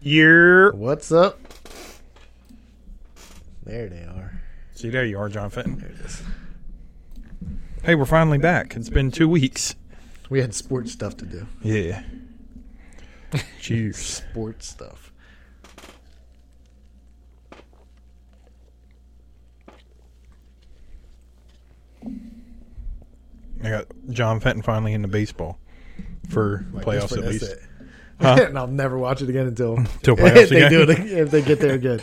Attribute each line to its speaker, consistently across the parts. Speaker 1: You're
Speaker 2: What's up? There they are.
Speaker 1: see there you are, John Fenton.
Speaker 2: There it is.
Speaker 1: Hey, we're finally back. It's been two weeks.
Speaker 2: We had sports stuff to do.
Speaker 1: Yeah. Cheers.
Speaker 2: Sports stuff.
Speaker 1: I got John Fenton finally into baseball for
Speaker 2: Like,
Speaker 1: playoffs
Speaker 2: that's what-
Speaker 1: at
Speaker 2: that's
Speaker 1: least.
Speaker 2: it.
Speaker 1: Huh?
Speaker 2: and I'll never watch it again until
Speaker 1: Till
Speaker 2: if
Speaker 1: playoffs
Speaker 2: they
Speaker 1: again.
Speaker 2: do it if they get there again.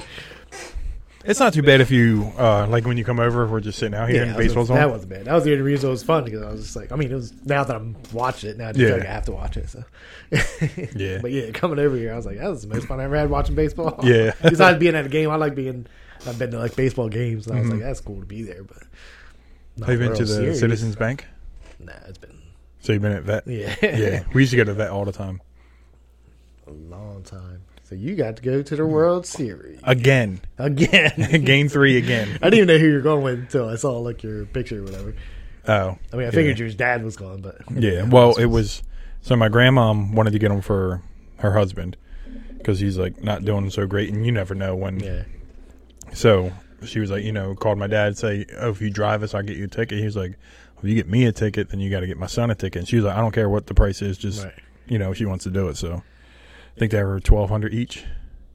Speaker 1: It's not too bad if you uh, like when you come over. if We're just sitting out here and
Speaker 2: that was-
Speaker 1: baseball's on.
Speaker 2: that was bad. That was the only reason it was fun because I was just like, I mean, it was now that I'm watching it now, I just
Speaker 1: Yeah.
Speaker 2: feel like I have to watch it. So,
Speaker 1: Yeah.
Speaker 2: But yeah, coming over here, I was like, that was the most fun I ever had watching baseball.
Speaker 1: Yeah.
Speaker 2: Besides being at a game, I like being. I've been to like baseball games, and I was like, that's cool to be there. But not
Speaker 1: Mm-hmm. Have you been
Speaker 2: World
Speaker 1: to the
Speaker 2: Series.
Speaker 1: Citizens Bank?
Speaker 2: Nah, it's been
Speaker 1: So you've been at vet?
Speaker 2: yeah,
Speaker 1: Yeah. We used to go to vet all the time.
Speaker 2: a long time. So you got to go to the World Series
Speaker 1: Again.
Speaker 2: again.
Speaker 1: Game three again.
Speaker 2: I didn't even know who you were going with until I saw like your picture or whatever.
Speaker 1: Oh.
Speaker 2: I mean, I
Speaker 1: yeah.
Speaker 2: figured your dad was gone, but
Speaker 1: Yeah. Well, it was. So my grandmom wanted to get him for her husband because he's like not doing so great, and you never know when.
Speaker 2: yeah.
Speaker 1: So she was like, you know, called my dad, say, oh, if you drive us, I'll get you a ticket. He was like, if you get me a ticket, then you got to get my son a ticket. And she was like, I don't care what the price is, just
Speaker 2: Right.
Speaker 1: you know, she wants to do it. So I think they were twelve hundred each.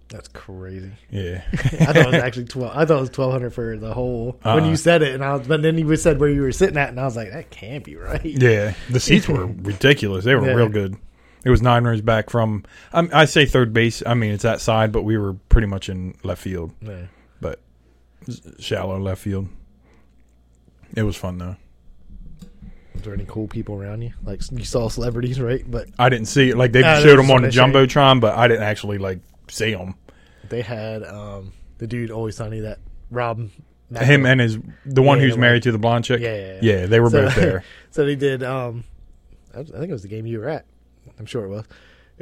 Speaker 2: That's crazy.
Speaker 1: Yeah.
Speaker 2: I thought it was actually twelve. I thought it was twelve hundred for the whole. When
Speaker 1: Uh-uh.
Speaker 2: you said it, and I was, but then you said where you were sitting at, and I was like, that can't be right.
Speaker 1: Yeah, the seats were ridiculous. They were
Speaker 2: Yeah.
Speaker 1: real good. It was nine rows back from. I, I say third base. I mean it's that side, but we were pretty much in left field,
Speaker 2: Yeah.
Speaker 1: but s- shallow left field. It was fun though.
Speaker 2: Was there any cool people around you? Like you saw celebrities, right? But
Speaker 1: I didn't see it. Like they
Speaker 2: Ah,
Speaker 1: showed
Speaker 2: that's
Speaker 1: them on the
Speaker 2: what they say.
Speaker 1: jumbotron, but I didn't actually like see them.
Speaker 2: they had um the dude always sunny that Rob. Mac-
Speaker 1: Him and his the one
Speaker 2: Yeah,
Speaker 1: who's
Speaker 2: the
Speaker 1: married to
Speaker 2: one-
Speaker 1: the blonde chick.
Speaker 2: Yeah, yeah,
Speaker 1: yeah.
Speaker 2: yeah.
Speaker 1: they were
Speaker 2: So-
Speaker 1: both there.
Speaker 2: so they did. Um, I was- I think it was the game you were at. I'm sure it was.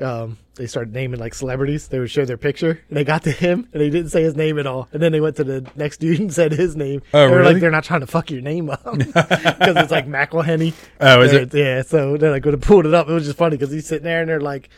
Speaker 2: Um, they started naming like celebrities. They would show their picture. And they got to him, and they didn't say his name at all. And then they went to the next dude and said his name.
Speaker 1: Oh,
Speaker 2: they were
Speaker 1: really?
Speaker 2: like, they're not trying to fuck your name up because it's like McElhenney.
Speaker 1: Oh, is
Speaker 2: They're-
Speaker 1: it?
Speaker 2: Yeah. So then I could have pulled it up. It was just funny because he's sitting there, and they're like.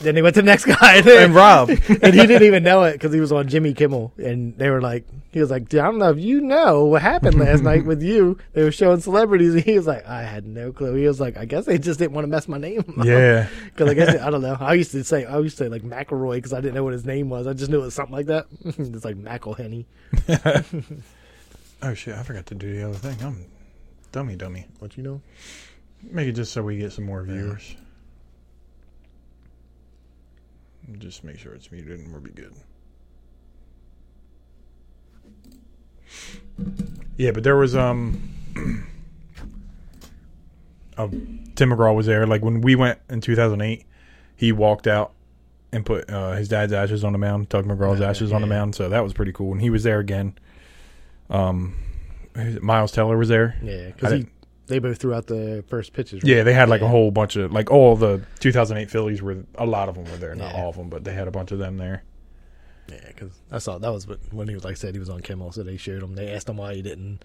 Speaker 2: Then they went to the next guy, and,
Speaker 1: And Rob.
Speaker 2: and he didn't even know it because he was on Jimmy Kimmel, and they were like, he was like, Dude, I don't know if you know what happened last night with you. They were showing celebrities, and he was like, I had no clue. He was like, I guess they just didn't want to mess my name. up.
Speaker 1: Yeah.
Speaker 2: because I guess I don't know. I used to say I used to say like McElroy because I didn't know what his name was. I just knew it was something like that. it's like McElhenney.
Speaker 1: Oh shit! I forgot to do the other thing. I'm dummy, dummy.
Speaker 2: What you know?
Speaker 1: Make it just so we get some more viewers. Just make sure it's muted and we'll be good. Yeah, but there was um uh, Tim McGraw was there. Like when we went in two thousand eight, he walked out and put uh, his dad's ashes on the mound, Doug McGraw's ashes on the
Speaker 2: yeah.
Speaker 1: mound, so that was pretty cool. And he was there again. Um who's it? Miles Teller was there.
Speaker 2: Yeah,
Speaker 1: I
Speaker 2: because
Speaker 1: didn't-
Speaker 2: he they both threw out the first pitches. right?
Speaker 1: yeah, they had like a
Speaker 2: Yeah.
Speaker 1: whole bunch of like all the 2008 Phillies were a lot of them were there, not
Speaker 2: Yeah.
Speaker 1: all of them, but they had a bunch of them there.
Speaker 2: Yeah, because I saw that was what- when he was like I said he was on Kimmel, so they showed him. They asked him why he didn't,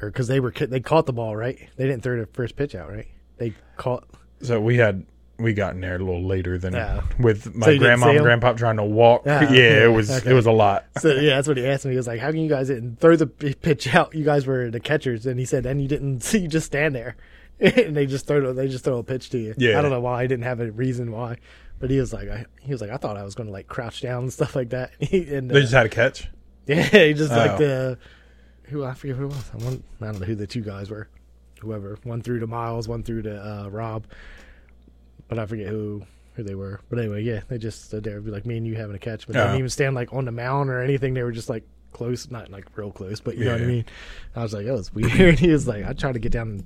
Speaker 2: or because they were ca- they caught the ball right. They didn't throw the first pitch out right. They caught.
Speaker 1: So we had we got in there a little later than
Speaker 2: Yeah.
Speaker 1: with my
Speaker 2: So you didn't
Speaker 1: grandma
Speaker 2: see
Speaker 1: and
Speaker 2: 'em?
Speaker 1: grandpa trying to walk.
Speaker 2: Ah,
Speaker 1: yeah,
Speaker 2: yeah,
Speaker 1: it was
Speaker 2: okay.
Speaker 1: it was a lot.
Speaker 2: So yeah, that's what he asked me. He was like, "How can you guys didn't throw the p- pitch out? You guys were the catchers." And he said, "And you didn't. So you just stand there, and they just throw they just throw a pitch to you."
Speaker 1: Yeah.
Speaker 2: I don't know why I didn't have a reason why, but he was like, I, he was like, I thought I was going to like crouch down and stuff like that. and
Speaker 1: They
Speaker 2: uh,
Speaker 1: just had a catch.
Speaker 2: Yeah, he just
Speaker 1: Oh.
Speaker 2: like the who I forget who it was. I, want, I don't know who the two guys were. Whoever one through to Miles, one through to uh, Rob, but I forget who who they were. But anyway, yeah, they just stood there, it'd be like me and you having a catch, but they
Speaker 1: Oh.
Speaker 2: didn't even stand like on the mound or anything. They were just like close, not like real close, but you know what
Speaker 1: Yeah.
Speaker 2: I mean. I was like, that was weird. he was like, I tried to get down and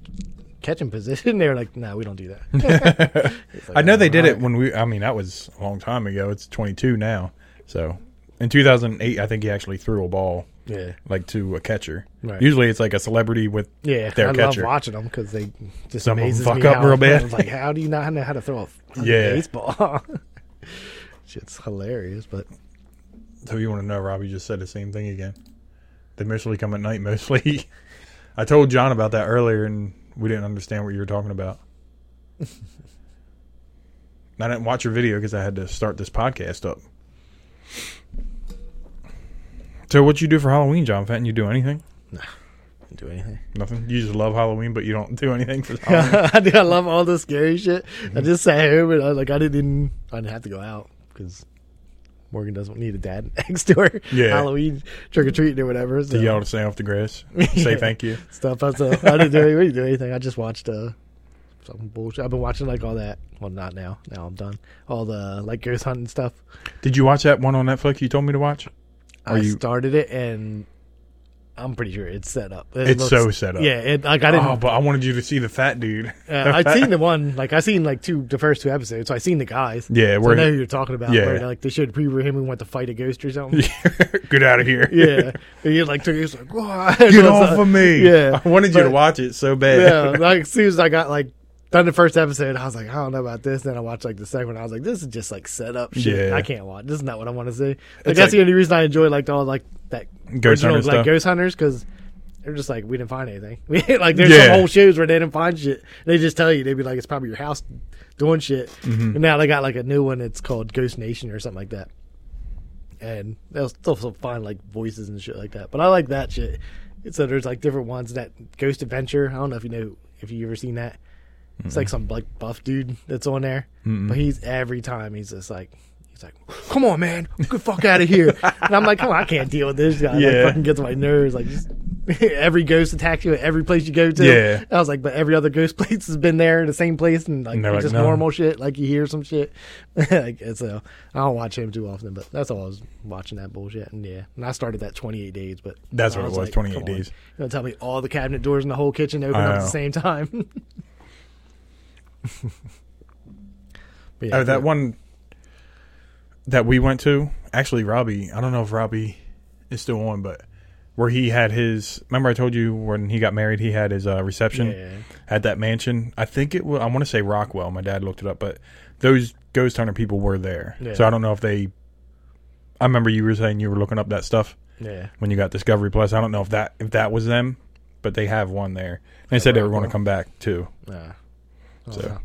Speaker 2: catch in position. They were like, no, we don't do that. It's like,
Speaker 1: I know they did it
Speaker 2: alright.
Speaker 1: when we. I mean, that was a long time ago. It's 22 now. So in 2008, I think he actually threw a ball
Speaker 2: Yeah,
Speaker 1: like to a catcher.
Speaker 2: Right.
Speaker 1: Usually, it's like a celebrity with
Speaker 2: Yeah,
Speaker 1: their
Speaker 2: I
Speaker 1: catcher.
Speaker 2: love watching them because they just
Speaker 1: Some of 'em
Speaker 2: amazes
Speaker 1: fuck
Speaker 2: me
Speaker 1: up
Speaker 2: how-
Speaker 1: real bad.
Speaker 2: I was like, how do you not know how to throw a fucking
Speaker 1: Yeah.
Speaker 2: baseball? Shit's hilarious, but
Speaker 1: So you want to know, Robbie just said the same thing again. They mostly come at night, mostly. I told John about that earlier, and we didn't understand what you were talking about. I didn't watch your video because I had to start this podcast up. So, what you do for Halloween, John Fenton? You do anything?
Speaker 2: Didn't do anything.
Speaker 1: Nothing. You just love Halloween, but you don't do anything for Halloween.
Speaker 2: I do. I love all the scary shit. I
Speaker 1: Mhm.
Speaker 2: just sat home and I, like I didn't. I didn't have to go out because Morgan doesn't need a dad next to her.
Speaker 1: Yeah.
Speaker 2: Halloween trick or treating or whatever. So
Speaker 1: to yell to stay off the grass. Say thank you.
Speaker 2: stuff. I, so I didn't do anything. I didn't do anything. I just watched uh, some bullshit. I've been watching like all that. Well, not now. Now I'm done. All the like ghost hunting stuff.
Speaker 1: Did you watch that one on Netflix you told me to watch? Are
Speaker 2: I
Speaker 1: you-
Speaker 2: started it and I'm pretty sure it's set up. It
Speaker 1: It's
Speaker 2: looks-
Speaker 1: so set up.
Speaker 2: Yeah. It, like I didn't.
Speaker 1: Oh, but I wanted you to see the fat dude.
Speaker 2: Uh, I've seen the one, like I seen like two, the first two episodes. So I seen the guys.
Speaker 1: Yeah,
Speaker 2: so I
Speaker 1: we're
Speaker 2: know who you're talking about.
Speaker 1: Yeah.
Speaker 2: where, like they showed a preview of him who went to fight a ghost or something.
Speaker 1: get out of here.
Speaker 2: yeah, and you like took, he was like, "Whoa!"
Speaker 1: Get off of me.
Speaker 2: Yeah,
Speaker 1: I wanted you to
Speaker 2: But-
Speaker 1: watch it so bad.
Speaker 2: yeah, like as soon as I got like done the first episode, I was like, I don't know about this. Then I watched like the second one. I was like, this is just like set up shit.
Speaker 1: Yeah.
Speaker 2: I can't watch. This is not what I want to see. Like
Speaker 1: It's
Speaker 2: that's
Speaker 1: like-
Speaker 2: the only reason I enjoy like all like that
Speaker 1: Ghost
Speaker 2: original,
Speaker 1: hunter
Speaker 2: like
Speaker 1: stuff.
Speaker 2: ghost hunters because. They're just like we didn't find anything. We like there's
Speaker 1: Yeah.
Speaker 2: some whole shows where they didn't find shit. They just tell you they'd be like it's probably your house doing shit.
Speaker 1: Mm-hmm.
Speaker 2: And now they got like a new one. It's called Ghost Nation or something like that. And they'll still still find like voices and shit like that. But I like that shit. So there's like different ones that Ghost Adventure. I don't know if you know if you ever seen that. It's like some like buff dude that's on there, but he's every time he's just like. he's like, Come on, man, get the fuck out of here! And I'm like, come on, I can't deal with this guy.
Speaker 1: Yeah.
Speaker 2: Like, fucking gets on my nerves. Like, just, every ghost attacks you at every place you go to.
Speaker 1: Yeah.
Speaker 2: I was like, but every other ghost place has been there, the same place, and like
Speaker 1: And they're
Speaker 2: it's
Speaker 1: like,
Speaker 2: just
Speaker 1: "No."
Speaker 2: normal shit. Like you hear some shit. like, and so I don't watch him too often, but that's all I was watching that bullshit. And yeah, and I started that 28 days, but
Speaker 1: That's
Speaker 2: I
Speaker 1: what it was, 28
Speaker 2: come on.
Speaker 1: days.
Speaker 2: You're gonna tell me all the cabinet doors in the whole kitchen open
Speaker 1: I
Speaker 2: up at
Speaker 1: know.
Speaker 2: the same time. But yeah,
Speaker 1: Oh, that one that we went to, actually, Robbie, I don't know if Robbie is still on, but where he had his, remember I told you when he got married, he had his uh, reception
Speaker 2: Yeah.
Speaker 1: at that mansion. I think it was, I want to say Rockwell. My dad looked it up, but those ghost hunter people were there.
Speaker 2: Yeah.
Speaker 1: So I don't know if they, I remember you were saying you were looking up that stuff
Speaker 2: Yeah.
Speaker 1: when you got Discovery Plus. I don't know if that, if that was them, but they have one there. They said they were going to
Speaker 2: Rockwell.
Speaker 1: come back too.
Speaker 2: Yeah.
Speaker 1: So.
Speaker 2: So.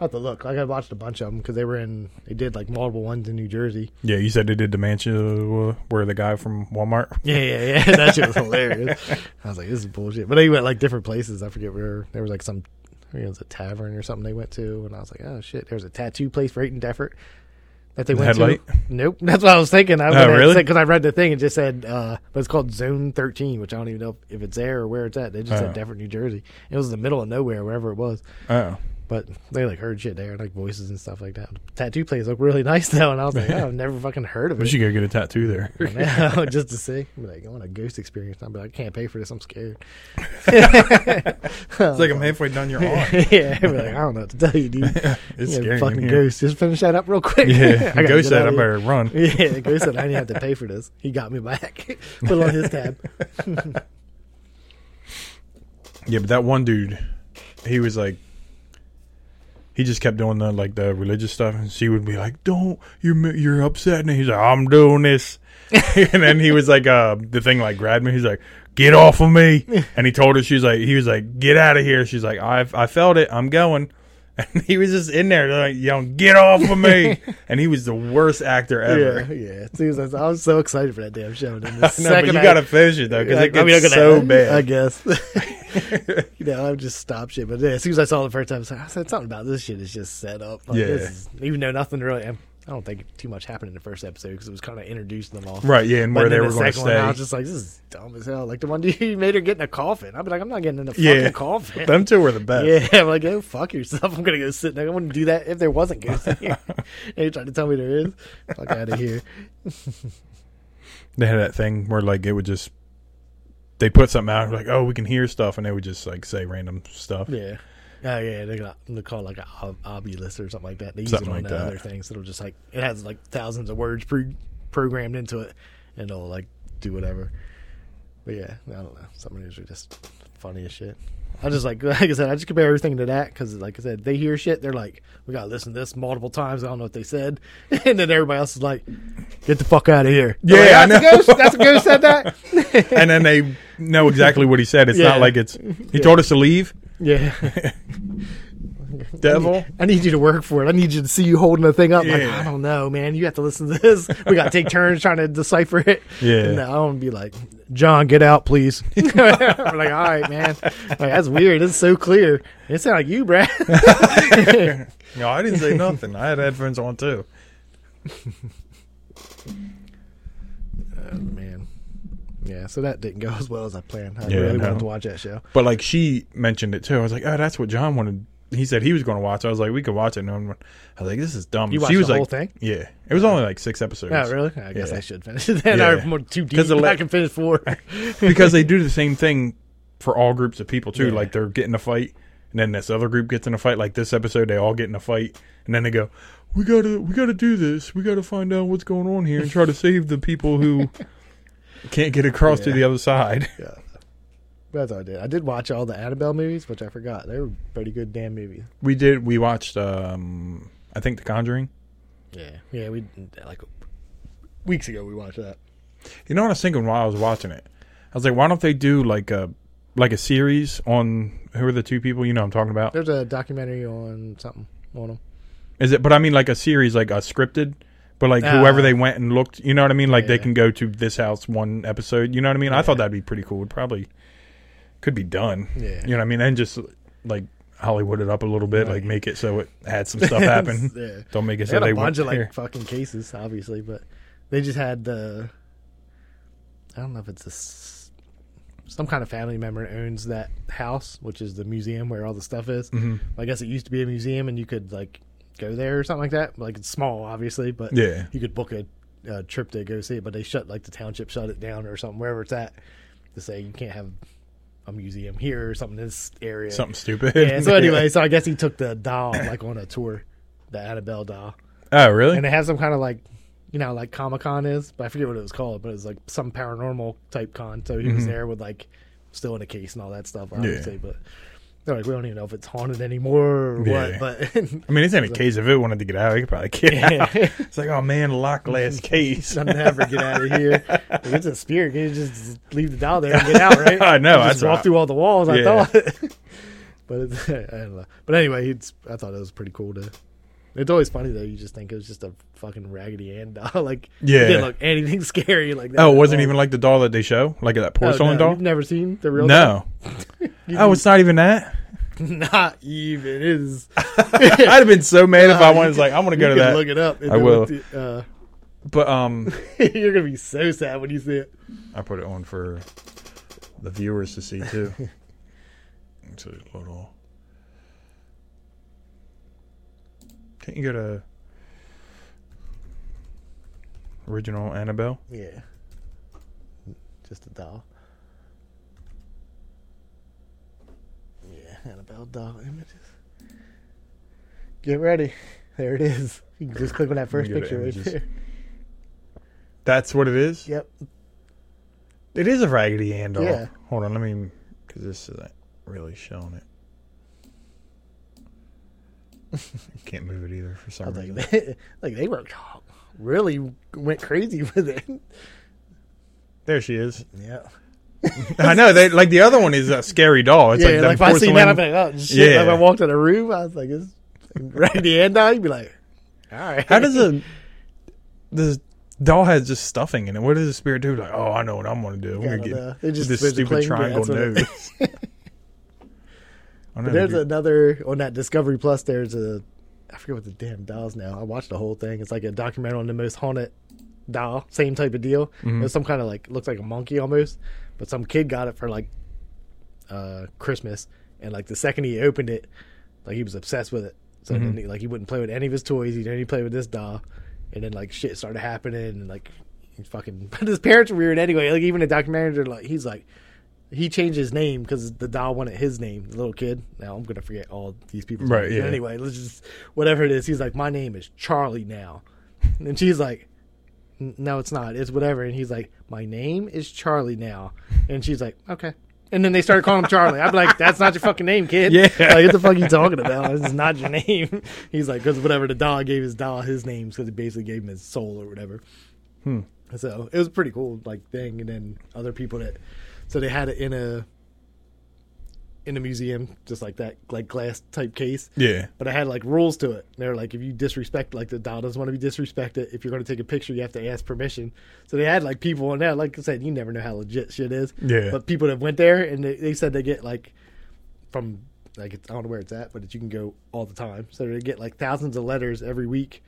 Speaker 2: I'll have to look. Like I watched a bunch of them because they were in. They did like multiple ones in New Jersey.
Speaker 1: Yeah, you said they did the mansion uh, where the guy from Walmart.
Speaker 2: Yeah, yeah, yeah. That shit was hilarious. I was like, this is bullshit. But they went like different places. I forget where there was like some I think it was a tavern or something they went to and I was like, Oh shit, there was a tattoo place right in Deffert that they
Speaker 1: The
Speaker 2: went
Speaker 1: Headlight?
Speaker 2: to. Nope. That's what I was thinking. I
Speaker 1: Oh,
Speaker 2: read that-
Speaker 1: really?
Speaker 2: Because I read the thing, it just said uh but it's called Zone thirteen, which I don't even know if it's there or where it's at. They just
Speaker 1: Oh.
Speaker 2: said Deffert, New Jersey. It was in the middle of nowhere, wherever it was.
Speaker 1: Oh,
Speaker 2: But they like heard shit there, like voices and stuff like that. tattoo place looked really nice though, and I was like, oh, I've never fucking heard of it.
Speaker 1: we should go get a tattoo there.
Speaker 2: I know, oh, just to see. I'm like, I want a ghost experience. I'm like, I can't pay for this. I'm scared.
Speaker 1: It's like I'm halfway down your arm.
Speaker 2: yeah, I'm like, I don't know what to tell you, dude.
Speaker 1: It's
Speaker 2: Yeah,
Speaker 1: scary. in
Speaker 2: Fucking
Speaker 1: here.
Speaker 2: ghost. Just finish that up real quick.
Speaker 1: Yeah,
Speaker 2: gotta
Speaker 1: ghost
Speaker 2: get
Speaker 1: said I
Speaker 2: out of
Speaker 1: better
Speaker 2: here.
Speaker 1: run.
Speaker 2: Yeah, the ghost said I didn't have to pay for this. He got me back. Put it on his tab.
Speaker 1: Yeah, but that one dude, he was like, he just kept doing the like the religious stuff, and she would be like, "Don't you're mi- you're upsetting." me." He's like, "I'm doing this," and then he was like, uh, "The thing like grabbed me." He's like, "Get off of me!" And he told her, "She's like, he was like, get out of here." She's like, "I I felt it. I'm going." And he was just in there like yelling, "Get off of me!" and he was the worst actor ever.
Speaker 2: Yeah, yeah. As soon as I, I was so excited for that damn show. And then
Speaker 1: No,
Speaker 2: the
Speaker 1: but
Speaker 2: second
Speaker 1: you
Speaker 2: I-
Speaker 1: gotta finish it though, because
Speaker 2: I-
Speaker 1: it gets
Speaker 2: I mean, I could-
Speaker 1: so
Speaker 2: I
Speaker 1: bad.
Speaker 2: guess. you know, I've just stopped shit. But yeah, as soon as I saw it the first time, I was like, I said something about this shit is just set up. Like,
Speaker 1: Yeah.
Speaker 2: this is- even though nothing really, I don't think too much happened in the first episode because it was kind of introducing them all.
Speaker 1: right? Yeah, and
Speaker 2: But
Speaker 1: where
Speaker 2: then
Speaker 1: they were
Speaker 2: the
Speaker 1: going to
Speaker 2: second one, I
Speaker 1: stay.
Speaker 2: was just like, this is dumb as hell. Like the one dude he made her get in a coffin. I'd be like, I'm not getting in a fucking
Speaker 1: Yeah.
Speaker 2: coffin.
Speaker 1: Them two were the best.
Speaker 2: Yeah, I'm like, go fuck yourself. I'm gonna go sit there. I wouldn't do that if there wasn't ghosts in here. and you're trying to tell me there is. Fuck out of here.
Speaker 1: they had that thing where like it would just they put something out like oh we can hear stuff and they would just like say random stuff
Speaker 2: Yeah. Oh yeah, they got they call it like an obulus or something like that. They use
Speaker 1: Something
Speaker 2: it on
Speaker 1: like
Speaker 2: the
Speaker 1: that.
Speaker 2: other things. It'll just like it has like thousands of words pre- programmed into it, and it'll like do whatever. But yeah, I don't know. Some of these are just funny as shit. I just like like I said, I just compare everything to that because like I said, they hear shit. They're like, we gotta listen to this multiple times. I don't know what they said, and then everybody else is like, get the fuck out of here. I'm
Speaker 1: Yeah, I
Speaker 2: like, that's
Speaker 1: know.
Speaker 2: A ghost? That's a ghost said that.
Speaker 1: and then they know exactly what he said it's
Speaker 2: Yeah.
Speaker 1: not like it's he told us to leave
Speaker 2: Yeah.
Speaker 1: devil.
Speaker 2: I need you to work for it. I need you to see you holding the thing up. Like,
Speaker 1: Yeah.
Speaker 2: I don't know, man. You have to listen to this. We got to take turns trying to decipher it.
Speaker 1: Yeah.
Speaker 2: And uh, I want to be like, John, get out, please. I'm like, all right, man. Like, that's weird. It's so clear. It sound like you, Brad. Uh,
Speaker 1: No, I didn't say nothing. I had headphones on too.
Speaker 2: Oh, man. Yeah, so that didn't go as well as I planned. I
Speaker 1: Yeah,
Speaker 2: really
Speaker 1: no.
Speaker 2: wanted to watch that show.
Speaker 1: But like she mentioned it too. I was like, oh, that's what John wanted. He said he was going to watch. it. I was like, we could watch it. And I'm- I was like, this is dumb.
Speaker 2: You watched
Speaker 1: she was
Speaker 2: the
Speaker 1: like,
Speaker 2: whole thing?
Speaker 1: Yeah, it was only like six episodes.
Speaker 2: Oh, really? I guess
Speaker 1: Yeah.
Speaker 2: I should finish it then.
Speaker 1: Yeah.
Speaker 2: I'm more too deep.
Speaker 1: 'Cause the la-
Speaker 2: I can finish four.
Speaker 1: because they do the same thing for all groups of people too.
Speaker 2: Yeah.
Speaker 1: Like they're getting a fight, and then this other group gets in a fight. Like this episode, they all get in a fight, and then they go, "We gotta, we gotta do this. We gotta find out what's going on here and try to save the people who can't get across to
Speaker 2: Yeah.
Speaker 1: the other side."
Speaker 2: Yeah. That's what I did. I did watch all the Annabelle movies, which I forgot. They were pretty good damn movies.
Speaker 1: We did. We watched. um I think The Conjuring.
Speaker 2: Yeah. Yeah, we like weeks ago we watched that.
Speaker 1: You know what I was thinking while I was watching it? I was like, why don't they do like a like a series on who are the two people you know I'm talking about?
Speaker 2: There's a documentary on something on them.
Speaker 1: Is it? But I mean, like a series, like a scripted. But like
Speaker 2: Ah.
Speaker 1: whoever they went and looked, you know what I mean? Like they
Speaker 2: Yeah.
Speaker 1: can go to this house one episode. You know what I mean? I thought
Speaker 2: Yeah.
Speaker 1: that'd be pretty cool. It probably could be done.
Speaker 2: Yeah.
Speaker 1: You know what I mean? And just like Hollywood it up a little bit, like
Speaker 2: Right.
Speaker 1: make it so it had some stuff happen.
Speaker 2: yeah.
Speaker 1: Don't make it
Speaker 2: They
Speaker 1: so
Speaker 2: had
Speaker 1: they
Speaker 2: a
Speaker 1: went
Speaker 2: bunch of like
Speaker 1: here.
Speaker 2: fucking cases, obviously, but they just had the. I don't know if it's a s some kind of family member owns that house, which is the museum where all the stuff is.
Speaker 1: Mhm.
Speaker 2: I guess it used to be a museum, and you could like go there or something like that. Like it's small, obviously, but
Speaker 1: Yeah.
Speaker 2: you could book a, a trip to go see it. But they shut like the township shut it down or something wherever it's at to say you can't have a museum here or something in this area.
Speaker 1: Something stupid.
Speaker 2: Yeah. So anyway, so I guess he took the doll like on a tour, the Annabelle doll,
Speaker 1: oh, really?
Speaker 2: and it has some kind of like, you know, like Comic Con is, but I forget what it was called, but it was like some paranormal type con. So he
Speaker 1: Mm-hmm.
Speaker 2: was there with like still in a case and all that stuff, obviously. But they're like, we don't even know if it's haunted anymore or
Speaker 1: Yeah.
Speaker 2: what. But
Speaker 1: I mean, it's in a case. If it wanted to get out, it could probably get
Speaker 2: Yeah.
Speaker 1: out. It's like, oh man, lock last case.
Speaker 2: I'll never get out of here. If it's a spirit, you just leave the doll there and get out, right?
Speaker 1: I know,
Speaker 2: You
Speaker 1: that's
Speaker 2: just walk
Speaker 1: right.
Speaker 2: through all the walls.
Speaker 1: Yeah.
Speaker 2: I thought, but it's, I don't know. But anyway, it's, I thought it was pretty cool to. It's always funny though. You just think it was just a fucking Raggedy Ann doll. Like,
Speaker 1: Yeah.
Speaker 2: it didn't look anything scary like that.
Speaker 1: Oh,
Speaker 2: at
Speaker 1: it wasn't
Speaker 2: all.
Speaker 1: even like the doll that they show, like that
Speaker 2: Oh,
Speaker 1: porcelain
Speaker 2: no, You've never seen the real?
Speaker 1: doll. No. oh, it's not even that.
Speaker 2: doll? not even. It is.
Speaker 1: I'd have been so mad if I wanted. Like, I want to go
Speaker 2: you
Speaker 1: to
Speaker 2: can
Speaker 1: that.
Speaker 2: Look it up. and
Speaker 1: I
Speaker 2: then
Speaker 1: will.
Speaker 2: look the- uh,
Speaker 1: But um,
Speaker 2: you're gonna be so sad when you see it.
Speaker 1: I put it on for the viewers to see too. it's a little. Can't you go to original Annabelle?
Speaker 2: Yeah. Just a doll. Yeah, Annabelle doll images. Get ready. There it is. You can just click on that first
Speaker 1: Let me go to
Speaker 2: picture right
Speaker 1: images.
Speaker 2: there.
Speaker 1: That's what it is.
Speaker 2: Yep.
Speaker 1: It is a Raggedy Ann doll.
Speaker 2: Yeah.
Speaker 1: Hold on, let me, because this isn't really showing it. Can't move it either for
Speaker 2: I
Speaker 1: some
Speaker 2: was like,
Speaker 1: reason.
Speaker 2: they, like they were really went crazy with it.
Speaker 1: There she is.
Speaker 2: Yeah.
Speaker 1: I know they like the other one is a scary doll. It's
Speaker 2: yeah, like,
Speaker 1: like,
Speaker 2: if I see that, I'm
Speaker 1: that.
Speaker 2: like, oh shit. Like
Speaker 1: Yeah.
Speaker 2: if I walked in a room, I was like, it's Randy and I, you'd be like, all right.
Speaker 1: How does a the doll has just stuffing in it? What does the spirit do? Like, oh, I know what I'm gonna do. I'm
Speaker 2: Yeah, I
Speaker 1: gonna
Speaker 2: don't know.
Speaker 1: get
Speaker 2: They just
Speaker 1: this
Speaker 2: physically
Speaker 1: stupid
Speaker 2: get-
Speaker 1: triangle
Speaker 2: that's what it-
Speaker 1: nose. I know
Speaker 2: But there's
Speaker 1: they do-
Speaker 2: another on that Discovery Plus. There's a I forget what the damn doll's now. I watched the whole thing. It's like a documentary on the most haunted doll. Same type of deal. It's some kind of like looks like a monkey almost, but some kid got it for like uh Christmas, and like the second he opened it, like he was obsessed with it. So
Speaker 1: Mm-hmm.
Speaker 2: then he, like he wouldn't play with any of his toys. He'd only play with this doll, and then like shit started happening, and like he fucking. But his parents were weird anyway. Like even the documentary, they're like he's like he changed his name because the doll wanted his name, the little kid. Now I'm gonna forget all these people.
Speaker 1: Right, yeah.
Speaker 2: Anyway, let's just whatever it is. He's like, my name is Charlie now, and she's like, "N- no, it's not. It's whatever. And he's like, my name is Charlie now, and she's like, okay. And then they started calling him Charlie. I'm like, that's not your fucking name, kid.
Speaker 1: Yeah.
Speaker 2: Like, what the fuck are you talking about? This is not your name. He's like, because whatever the doll gave his doll his name, because it basically gave him his soul or whatever. So it was a pretty cool like thing, and then other people that so they had it in a in a museum, just like that, like glass type case.
Speaker 1: Yeah.
Speaker 2: But I had like rules to it. They're like, if you disrespect, like the doll doesn't want to be disrespected. If you're going to take a picture, you have to ask permission. So they had like people in there. Like I said, you never know how legit shit is.
Speaker 1: Yeah.
Speaker 2: But people that went there and they, they said they get like from like it's, I don't know where it's at, but that you can go all the time. So they get like thousands of letters every week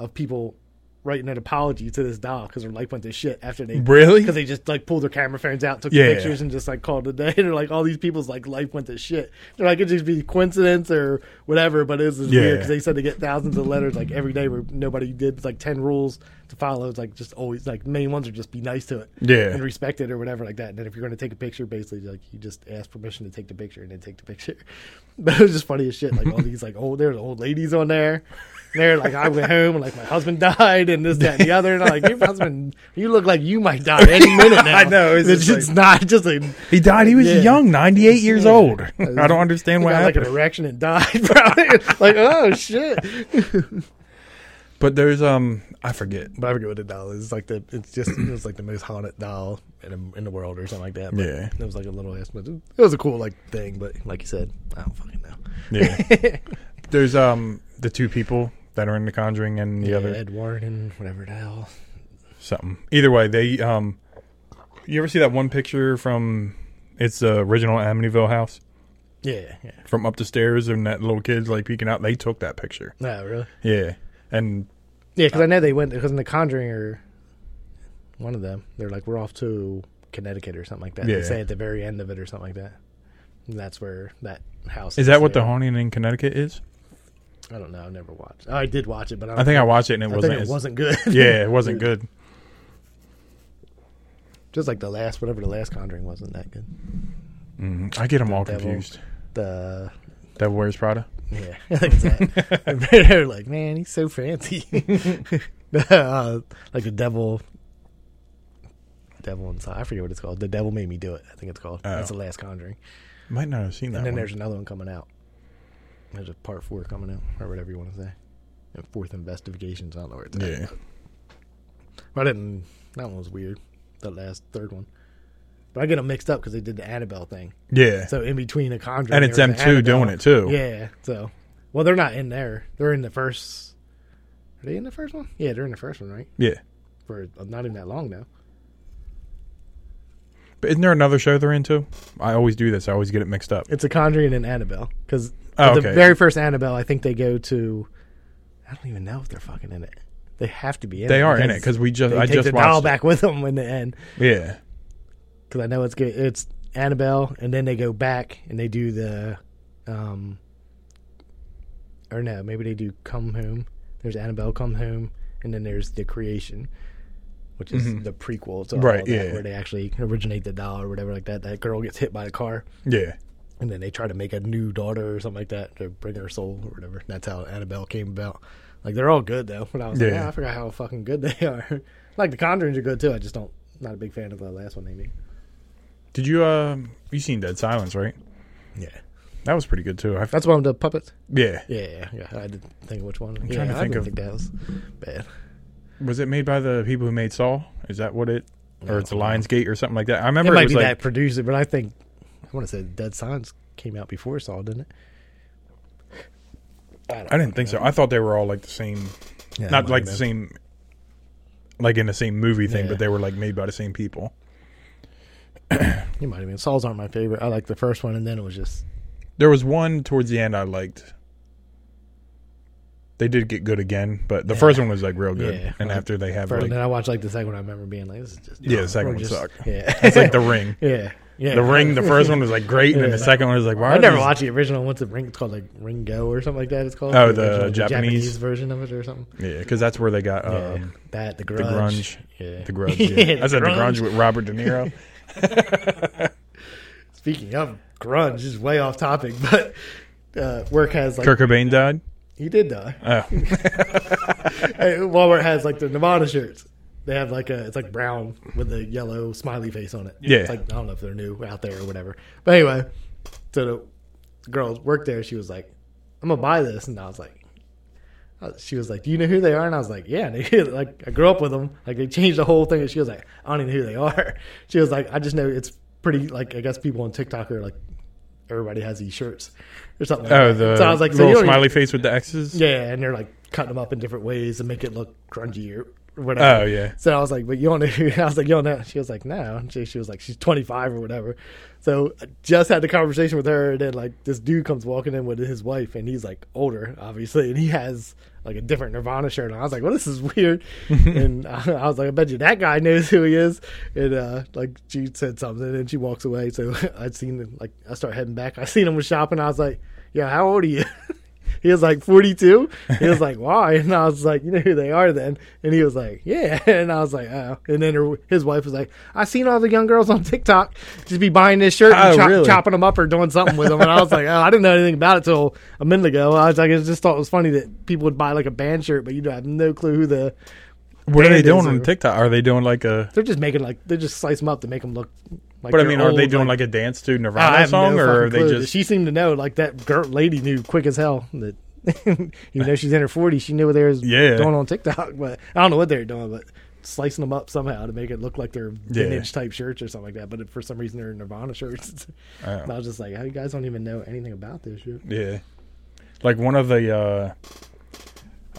Speaker 2: of people writing an apology to this doll because their life went to shit after they
Speaker 1: Really?
Speaker 2: because they just like pulled their camera phones out, took
Speaker 1: Yeah.
Speaker 2: pictures, and just like called it a day. They're like, all these people's like life went to shit. They're like, it just be coincidence or whatever. But it was just
Speaker 1: Yeah.
Speaker 2: weird because they said they get thousands of letters like every day where nobody did It's, like ten rules to follow. It's like just always like main ones are just be nice to it,
Speaker 1: Yeah.
Speaker 2: and respect it or whatever like that. And then if you're going to take a picture, basically like you just ask permission to take the picture and then take the picture. But it was just funny as shit. Like all these like old there's old ladies on there. They're like, I went home and like my husband died and this, that, and the other. And I'm like, your husband, you look like you might die any minute now.
Speaker 1: I know, it's
Speaker 2: It's,
Speaker 1: just
Speaker 2: just not just a.
Speaker 1: He died. He was
Speaker 2: Yeah.
Speaker 1: young, 98 years
Speaker 2: Yeah.
Speaker 1: old. I don't understand
Speaker 2: He
Speaker 1: what
Speaker 2: got like
Speaker 1: happened.
Speaker 2: an erection and died, probably. like, oh shit!
Speaker 1: but there's um, I forget.
Speaker 2: But I forget what the doll is. It's like the, it's just, it was like the most haunted doll in, in the world or something like that. But
Speaker 1: Yeah.
Speaker 2: it was like a little ass. But it was a cool like thing. But like you said, I don't fucking know.
Speaker 1: Yeah. there's um, the two people that are in The Conjuring and the
Speaker 2: yeah,
Speaker 1: other
Speaker 2: Ed Warren and whatever the hell.
Speaker 1: something. Either way, they um, you ever see that one picture from? It's the original Amityville house
Speaker 2: Yeah, yeah.
Speaker 1: from up the stairs, and that little kid's like peeking out. They took that picture.
Speaker 2: No, really.
Speaker 1: Yeah, and
Speaker 2: Yeah, because I know they went because in the Conjuring or one of them, they're like we're off to Connecticut or something like that.
Speaker 1: Yeah.
Speaker 2: They say at the very end of it or something like that. And that's where that house
Speaker 1: is that what the
Speaker 2: there.
Speaker 1: haunting in Connecticut is?
Speaker 2: I don't know. I've never watched. I did watch it, but I, don't
Speaker 1: I think I watched it and it
Speaker 2: I
Speaker 1: wasn't.
Speaker 2: think it
Speaker 1: as-
Speaker 2: wasn't good.
Speaker 1: Yeah, it wasn't good.
Speaker 2: Just like the last whatever the last Conjuring wasn't that good.
Speaker 1: Mm, I get them all
Speaker 2: devil.
Speaker 1: confused.
Speaker 2: The
Speaker 1: Devil Wears Prada.
Speaker 2: yeah, I think it's that. they're like, man, he's so fancy. uh, like the devil. Devil inside. I forget what it's called. The devil made me do it. I think it's called.
Speaker 1: Oh.
Speaker 2: That's the last Conjuring.
Speaker 1: Might not have seen that.
Speaker 2: and then
Speaker 1: one.
Speaker 2: there's another one coming out. There's a part four coming out, or whatever you want to say. And fourth investigations. I don't know where it's at.
Speaker 1: Yeah.
Speaker 2: But I didn't. That one was weird. The last third one. But I get them mixed up because they did the Annabelle thing.
Speaker 1: Yeah.
Speaker 2: So in between the Conjuring,
Speaker 1: and it's
Speaker 2: there
Speaker 1: them
Speaker 2: was the
Speaker 1: two
Speaker 2: Annabelle.
Speaker 1: doing it too.
Speaker 2: Yeah. So, well, they're not in there. They're in the first. Are they in the first one? Yeah, they're in the first one, right?
Speaker 1: Yeah.
Speaker 2: For not even that long now.
Speaker 1: But isn't there another show they're into? I always do this. I always get it mixed up.
Speaker 2: It's a Conjuring and Annabelle because
Speaker 1: Oh,
Speaker 2: the
Speaker 1: okay.
Speaker 2: very first Annabelle, I think they go to. I don't even know if they're fucking in it. They have to be in.
Speaker 1: They
Speaker 2: it
Speaker 1: are in it because we just
Speaker 2: they
Speaker 1: I
Speaker 2: take
Speaker 1: just
Speaker 2: the doll
Speaker 1: watched.
Speaker 2: back with them in the end
Speaker 1: it. Yeah.
Speaker 2: because I know it's good. It's Annabelle, and then they go back and they do the, um, or no, maybe they do Come Home. There's Annabelle Come Home, and then there's the Creation, which is
Speaker 1: Mhm.
Speaker 2: the prequel to all
Speaker 1: Right,
Speaker 2: that,
Speaker 1: yeah.
Speaker 2: where they actually originate the doll or whatever like that. That girl gets hit by a car.
Speaker 1: Yeah.
Speaker 2: and then they try to make a new daughter or something like that to bring her soul or whatever. And that's how Annabelle came about. Like they're all good though. When I was like,
Speaker 1: Yeah.
Speaker 2: "Ah, I forgot how fucking good they are. like the Conjurings are good too. I just don't not a big fan of the last one they made.
Speaker 1: Did you um you seen Dead Silence, right?
Speaker 2: Yeah,
Speaker 1: That was pretty good too. I f-
Speaker 2: that's one of the puppets.
Speaker 1: yeah.
Speaker 2: Yeah, yeah, yeah. I didn't think of which one. I'm yeah,
Speaker 1: trying to
Speaker 2: I
Speaker 1: think
Speaker 2: didn't
Speaker 1: of-
Speaker 2: think that was bad.
Speaker 1: Was it made by the people who made Saw? Is that what it or
Speaker 2: No.
Speaker 1: it's a Lionsgate or something like that? I
Speaker 2: It
Speaker 1: remember it,
Speaker 2: might
Speaker 1: was
Speaker 2: be
Speaker 1: like
Speaker 2: that producer, but I think I want to say Dead Silence came out before Saw, didn't it?
Speaker 1: I didn't think so. I thought they were all like the same
Speaker 2: Yeah,
Speaker 1: not
Speaker 2: might
Speaker 1: like
Speaker 2: have
Speaker 1: the
Speaker 2: been.
Speaker 1: same like in the same movie thing,
Speaker 2: Yeah.
Speaker 1: but they were like made by the same people.
Speaker 2: You might have been. Saws aren't my favorite. I like the first one, and then it was just
Speaker 1: There was one towards the end I liked. They did get good again, but the
Speaker 2: Yeah.
Speaker 1: first one was like real good.
Speaker 2: Yeah.
Speaker 1: And after they have
Speaker 2: First,
Speaker 1: like
Speaker 2: and then I watched like the second one. I remember being like, "This is just
Speaker 1: Yeah, the second
Speaker 2: we're
Speaker 1: one sucked.
Speaker 2: Yeah,
Speaker 1: it's like the ring.
Speaker 2: yeah, yeah.
Speaker 1: The ring, the first one was like great, and then the
Speaker 2: Yeah.
Speaker 1: second one was like, why?
Speaker 2: I
Speaker 1: are
Speaker 2: never
Speaker 1: these-
Speaker 2: watched the original. What's the ring? It's called like Ringo or something like that. It's called
Speaker 1: Oh, the
Speaker 2: original-
Speaker 1: Japanese-
Speaker 2: version of it or something.
Speaker 1: Yeah, because that's where they got
Speaker 2: yeah,
Speaker 1: um,
Speaker 2: that the grunge.
Speaker 1: the grunge.
Speaker 2: Yeah,
Speaker 1: The grudge. Yeah. I said the grunge with Robert De Niro.
Speaker 2: Speaking of grunge, is way off topic, but uh, work has like
Speaker 1: Kurt Cobain died.
Speaker 2: he did die.
Speaker 1: Oh,
Speaker 2: Hey, Walmart has like the Nevada shirts. They have like a it's like brown with a yellow smiley face on it.
Speaker 1: Yeah.
Speaker 2: It's like I don't know if they're new out there or whatever. But anyway, so the girl worked there. She was like, "I'm gonna buy this," and I was like. uh, She was like, "Do you know who they are?" And I was like, "Yeah." And they, like, I grew up with them. Like, they changed the whole thing. And she was like, "I don't even know who they are." She was like, "I just know it's pretty. Like, I guess people on TikTok are like everybody has these shirts or something. like
Speaker 1: Oh,
Speaker 2: that.
Speaker 1: the
Speaker 2: so I was like, so you
Speaker 1: little
Speaker 2: don't
Speaker 1: smiley face with the X's.
Speaker 2: even- yeah, and they're like cutting them up in different ways to make it look grungy or whatever.
Speaker 1: Oh yeah.
Speaker 2: So I was like, but you don't know who? I was like, you don't know. She was like, no. And She, she was like, she's 25 or whatever. So I just had the conversation with her. And then, like, this dude comes walking in with his wife, and he's like older, obviously. And he has like a different Nirvana shirt on. I was like, well, this is weird. and I, I was like, I bet you that guy knows who he is. And, uh, like, she said something, and she walks away. So I'd seen him, like, I start heading back. I seen him with shopping. I was like, yeah, how old are you? He was like 42. He was like, why? And I was like, you know who they are then? And he was like, yeah. And I was like, oh. And then her, his wife was like, I seen all the young girls on TikTok just be buying this shirt and
Speaker 1: Oh,
Speaker 2: chop,
Speaker 1: really?
Speaker 2: chopping them up or doing something with them. And I was like, oh, I didn't know anything about it till a minute ago. I was like, I just thought it was funny that people would buy like a band shirt, but you have no clue who the.
Speaker 1: What are they
Speaker 2: band
Speaker 1: doing
Speaker 2: is
Speaker 1: on
Speaker 2: or-
Speaker 1: TikTok? Are they doing like a?
Speaker 2: They're just making like, they just slice them up to make them look like. Oh,
Speaker 1: But I
Speaker 2: they're
Speaker 1: mean, are they
Speaker 2: old,
Speaker 1: doing like, a dance to Nirvana song, or are
Speaker 2: fucking
Speaker 1: they
Speaker 2: clue.
Speaker 1: just?
Speaker 2: She seemed to know. Like that girl, lady knew quick as hell that. even though she's in her 40s, she knew what they was
Speaker 1: Yeah.
Speaker 2: doing on TikTok. But I don't know what they were doing, but slicing them up somehow to make it look like they're
Speaker 1: Yeah.
Speaker 2: vintage type shirts or something like that. But for some reason, they're Nirvana shirts.
Speaker 1: Oh.
Speaker 2: And I was just like, "How you guys don't even know anything about this shit?"
Speaker 1: Yeah. Like one of the uh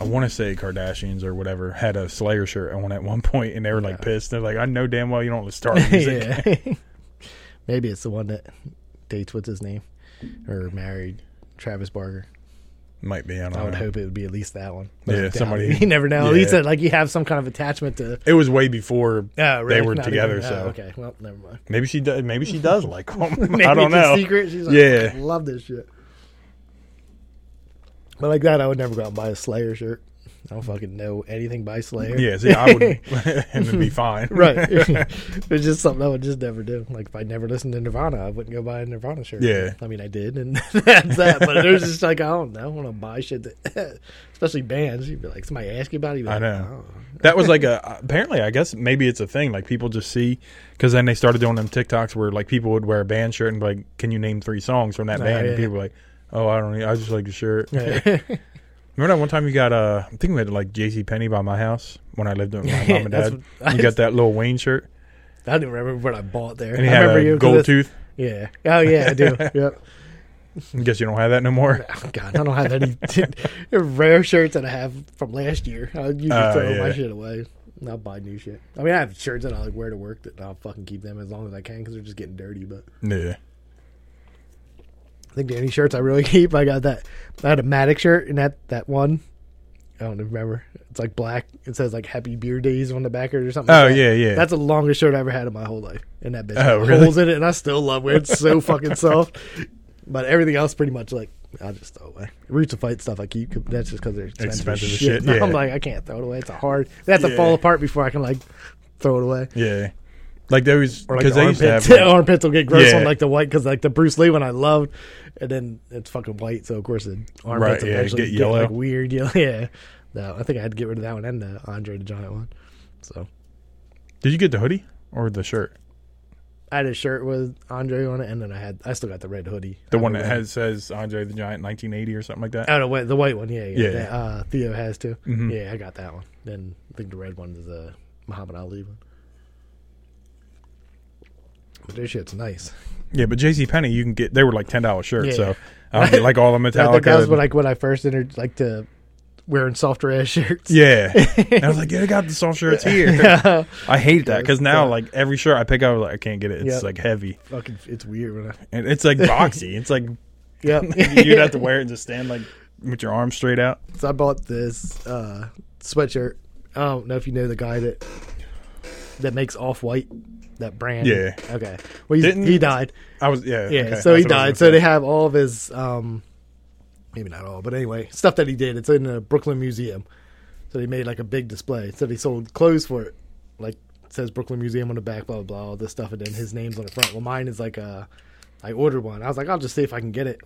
Speaker 1: I want to say Kardashians or whatever had a Slayer shirt on at one point and they were like
Speaker 2: Yeah.
Speaker 1: pissed. They're like, I know damn well you don't start music.
Speaker 2: Yeah. Maybe it's the one that dates what's his name or married Travis Barker.
Speaker 1: Might be. I don't
Speaker 2: I would
Speaker 1: know.
Speaker 2: hope it would be at least that one.
Speaker 1: Uh-huh. Yeah,
Speaker 2: I doubt
Speaker 1: somebody-
Speaker 2: it. You never know. At least
Speaker 1: Yeah.
Speaker 2: that, like you have some kind of attachment to
Speaker 1: It was way before
Speaker 2: Oh, really?
Speaker 1: they were
Speaker 2: Not
Speaker 1: together.
Speaker 2: even-
Speaker 1: so
Speaker 2: oh, okay. Well, never mind.
Speaker 1: maybe she does. Maybe she does like him.
Speaker 2: Maybe
Speaker 1: I don't
Speaker 2: it's a
Speaker 1: know.
Speaker 2: Secret. She's like,
Speaker 1: Yeah.
Speaker 2: I love this shit. But like that, I would never go out and buy a Slayer shirt. I don't fucking know anything by Slayer.
Speaker 1: Yeah, see, I would, and it'd be fine.
Speaker 2: right. it's just something I would just never do. Like if I never listened to Nirvana, I wouldn't go buy a Nirvana shirt.
Speaker 1: Yeah.
Speaker 2: I mean, I did, and that's that. But there's just like I don't know. I want to buy shit that, especially bands. You'd be like, somebody ask you about it. You'd be
Speaker 1: I
Speaker 2: like,
Speaker 1: know.
Speaker 2: "Oh."
Speaker 1: That was like a apparently I guess maybe it's a thing like people just see because then they started doing them TikToks where like people would wear a band shirt and be like, can you name three songs from that
Speaker 2: Oh,
Speaker 1: band?
Speaker 2: yeah.
Speaker 1: And people were like, oh, I don't, I just like the shirt.
Speaker 2: Yeah.
Speaker 1: Remember that one time you got uh, I'm thinking we had like J.C. Penney by my house when I lived with my mom and
Speaker 2: That's
Speaker 1: dad.
Speaker 2: what-
Speaker 1: you got that little Wayne shirt
Speaker 2: I don't remember what I bought there.
Speaker 1: and he
Speaker 2: I
Speaker 1: had
Speaker 2: remember
Speaker 1: a
Speaker 2: 'cause
Speaker 1: gold
Speaker 2: it's-
Speaker 1: tooth.
Speaker 2: Yeah. Oh yeah, I do. yep.
Speaker 1: I guess you don't have that no more.
Speaker 2: Oh, God, I don't have any they're rare shirts that I have from last year. I usually
Speaker 1: Oh,
Speaker 2: throw my
Speaker 1: yeah.
Speaker 2: shit away. And I'll buy new shit. I mean, I have shirts that I like wear to work that I'll fucking keep them as long as I can because they're just getting dirty. But
Speaker 1: Yeah.
Speaker 2: I think the only shirts I really keep, I got that. I had a Matic shirt and that that one. I don't remember. It's like black. It says like Happy Beer Days on the back or something.
Speaker 1: Oh
Speaker 2: like that.
Speaker 1: yeah, yeah.
Speaker 2: That's the longest shirt I ever had in my whole life. And that bitch
Speaker 1: Oh,
Speaker 2: had
Speaker 1: really?
Speaker 2: holes in it, and I still love it. It's so fucking soft. But everything else, pretty much, like I just throw away. Roots of Fight stuff I keep. 'cause That's just because they're expensive,
Speaker 1: Expensive
Speaker 2: as
Speaker 1: as
Speaker 2: shit.
Speaker 1: shit, yeah.
Speaker 2: I'm like, I can't throw it away. It's a hard. They have to
Speaker 1: Yeah.
Speaker 2: fall apart before I can like throw it away.
Speaker 1: yeah. Like those
Speaker 2: Or like
Speaker 1: because
Speaker 2: the
Speaker 1: they used to have
Speaker 2: armpits. armpits will get gross
Speaker 1: Yeah.
Speaker 2: on like the white because like the Bruce Lee one I loved, and then it's fucking white. So of course the armpits
Speaker 1: Right, yeah,
Speaker 2: eventually
Speaker 1: get
Speaker 2: get,
Speaker 1: yellow.
Speaker 2: like weird yellow. Yeah, no, I think I had to get rid of that one and the Andre the Giant one. So
Speaker 1: Did you get the hoodie or the shirt?
Speaker 2: I had a shirt with Andre on it, and then I had I still got the red hoodie.
Speaker 1: The
Speaker 2: I
Speaker 1: one
Speaker 2: have
Speaker 1: that
Speaker 2: a red-
Speaker 1: has says Andre the Giant 1980 or something like that.
Speaker 2: oh the white the white one yeah yeah,
Speaker 1: Yeah.
Speaker 2: that, uh, Theo has too
Speaker 1: Mhm.
Speaker 2: yeah I got that one. Then I think the red one is the Muhammad Ali one. But this shit's nice.
Speaker 1: Yeah, but J.C. Penney you can get they were like ten dollar shirts.
Speaker 2: Yeah.
Speaker 1: So I don't know, like all the
Speaker 2: I think
Speaker 1: metallic.
Speaker 2: that was when I when I first entered like to wearing softer ass shirts.
Speaker 1: yeah, And I was like, yeah, I got the soft shirts here.
Speaker 2: Yeah.
Speaker 1: I hate that because now
Speaker 2: Yeah.
Speaker 1: like every shirt I pick up, like I can't get it. It's
Speaker 2: Yep.
Speaker 1: like heavy
Speaker 2: Fucking, it's weird when I.
Speaker 1: and it's like boxy. It's like
Speaker 2: Yep.
Speaker 1: You'd have to wear it and just stand like with your arms straight out.
Speaker 2: So I bought this uh, sweatshirt. I don't know if you know the guy that that makes Off White, that brand.
Speaker 1: Yeah.
Speaker 2: Okay. Well, he's,
Speaker 1: Didn't-
Speaker 2: he died.
Speaker 1: I was yeah
Speaker 2: Yeah.
Speaker 1: okay.
Speaker 2: So he
Speaker 1: That's what I
Speaker 2: died.
Speaker 1: was
Speaker 2: So
Speaker 1: gonna
Speaker 2: they have all of his, um, maybe not all, but anyway, stuff that he did. It's in the Brooklyn Museum. So they made like a big display. So they sold clothes for it. Like it says Brooklyn Museum on the back, blah blah blah, all this stuff, and then his name's on the front. Well, mine is like uh, I ordered one. I was like, I'll just see if I can get it.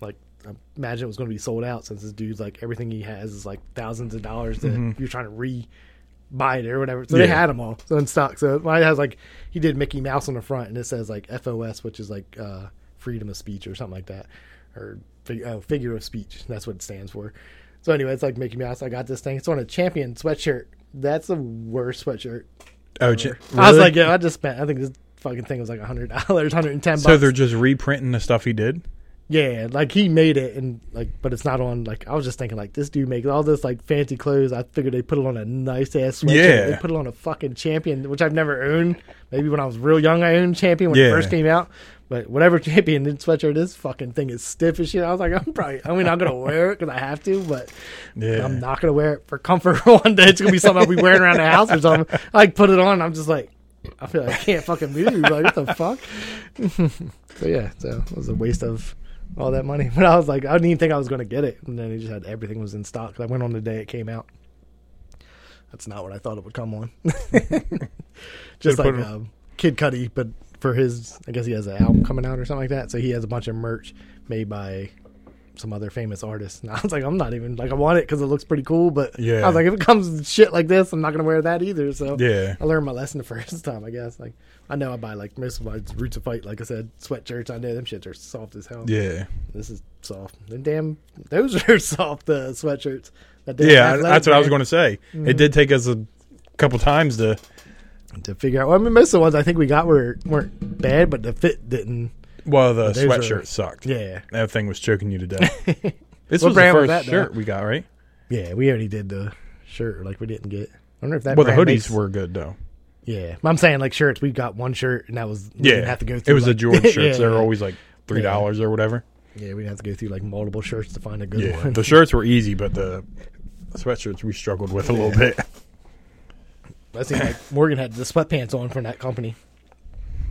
Speaker 2: Like, I imagine it was going to be sold out since this dude's like everything he has is like thousands of dollars that you're trying to re buy it or whatever. So they
Speaker 1: Mm-hmm. Yeah.
Speaker 2: had them all so in stock. So mine has like he did Mickey Mouse on the front, and it says like FOS, which is like uh, freedom of speech or something like that, or fig- oh, figure of speech. That's what it stands for. So anyway, it's like Mickey Mouse. I got this thing. It's on a champion sweatshirt. That's the worst sweatshirt
Speaker 1: Oh, ch-
Speaker 2: I was
Speaker 1: really?
Speaker 2: like, yeah, I just spent. I think this fucking thing was like hundred dollars, hundred and ten.
Speaker 1: So they're just reprinting the stuff he did.
Speaker 2: Yeah, like he made it and like but it's not on like I was just thinking like this dude makes all this like fancy clothes. I figured they put it on a nice ass sweatshirt.
Speaker 1: Yeah.
Speaker 2: They put it on a fucking champion, which I've never owned. Maybe when I was real young I owned champion when it
Speaker 1: Yeah.
Speaker 2: first came out. But whatever champion did sweatshirt this fucking thing is stiff as shit. I was like, I'm probably I mean I'm gonna wear it because I have to, but
Speaker 1: Yeah.
Speaker 2: I'm not gonna wear it for comfort for one day. It's gonna be something I'll be wearing around the house or something. I like put it on, I'm just like I feel like I can't fucking move. Like what the fuck? so yeah, so it was a waste of all that money. But I was like, I didn't even think I was going to get it. And then he just had everything was in stock. 'cause I went on the day it came out. That's not what I thought it would come on. just
Speaker 1: Should've put
Speaker 2: like
Speaker 1: it-
Speaker 2: um, Kid Cudi, but for his, I guess he has an album coming out or something like that. So he has a bunch of merch made by some other famous artist. And I was like, I'm not even like I want it because it looks pretty cool. But
Speaker 1: Yeah.
Speaker 2: I was like, if it comes shit like this, I'm not going to wear that either. So
Speaker 1: Yeah.
Speaker 2: I learned my lesson the first time, I guess. Like I know I buy like most of my roots of fight, like I said, sweatshirts. I know them shits are soft as hell.
Speaker 1: Yeah.
Speaker 2: This is soft. Them damn those are soft uh, sweatshirts. That damn
Speaker 1: Yeah.
Speaker 2: athletic Mm-hmm.
Speaker 1: That's what I was
Speaker 2: brand
Speaker 1: going to say. It did take us a couple times to.
Speaker 2: to figure out. Well, I mean, most of the ones I think we got were weren't bad, but the fit didn't.
Speaker 1: Well, the
Speaker 2: Those are-
Speaker 1: sweatshirt sucked.
Speaker 2: Yeah,
Speaker 1: That thing was choking you to death. This
Speaker 2: What
Speaker 1: was the
Speaker 2: brand
Speaker 1: first
Speaker 2: was that, though?
Speaker 1: shirt we got, right?
Speaker 2: yeah. We already did the shirt. Like we didn't get. I wonder if that.
Speaker 1: well, the hoodies
Speaker 2: brand makes-
Speaker 1: were good though.
Speaker 2: Yeah, I'm saying like shirts. We got one shirt, and that was we
Speaker 1: Yeah,
Speaker 2: Didn't have to go
Speaker 1: it
Speaker 2: through.
Speaker 1: was the
Speaker 2: like,
Speaker 1: George shirts.
Speaker 2: yeah,
Speaker 1: they were
Speaker 2: yeah.
Speaker 1: always like three dollars or whatever.
Speaker 2: Yeah, we didn't have to go through like multiple shirts to find a good
Speaker 1: Yeah,
Speaker 2: one.
Speaker 1: the shirts were easy, but the sweatshirts we struggled with a little bit.
Speaker 2: I think like Morgan had the sweatpants on from that company.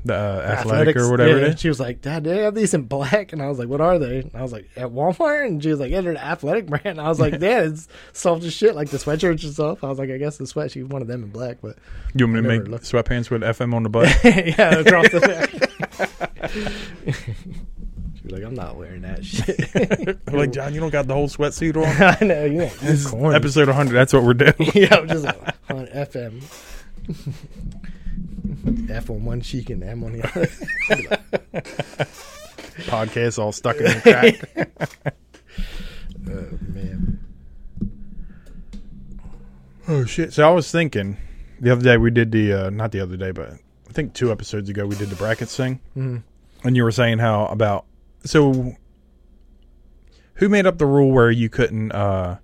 Speaker 1: The uh, athletic or whatever
Speaker 2: yeah.
Speaker 1: it is.
Speaker 2: She was like, Dad, they have these in black. And I was like, What are they? And I was like, At Walmart? And she was like, Yeah, they're an athletic brand. And I was like, Yeah, it's soft as shit, like the sweatshirts and stuff. I was like, I guess the sweat, she wanted them in black, but
Speaker 1: You want me to
Speaker 2: never
Speaker 1: make
Speaker 2: looked.
Speaker 1: sweatpants with FM on the butt?
Speaker 2: yeah, across the back. she was like, I'm not wearing that shit.
Speaker 1: I'm like John, you don't got the whole sweatsuit on.
Speaker 2: I know, you know, it's corny.
Speaker 1: Episode 100. That's what we're doing.
Speaker 2: yeah, I'm just like, on FM. F on one cheek and M on the other.
Speaker 1: Podcast all stuck in the crack.
Speaker 2: oh, man.
Speaker 1: oh shit! So I was thinking, the other day we did the uh, not the other day, but I think two episodes ago we did the brackets thing,
Speaker 2: Mhm.
Speaker 1: and you were saying how about so who made up the rule where you couldn't? uh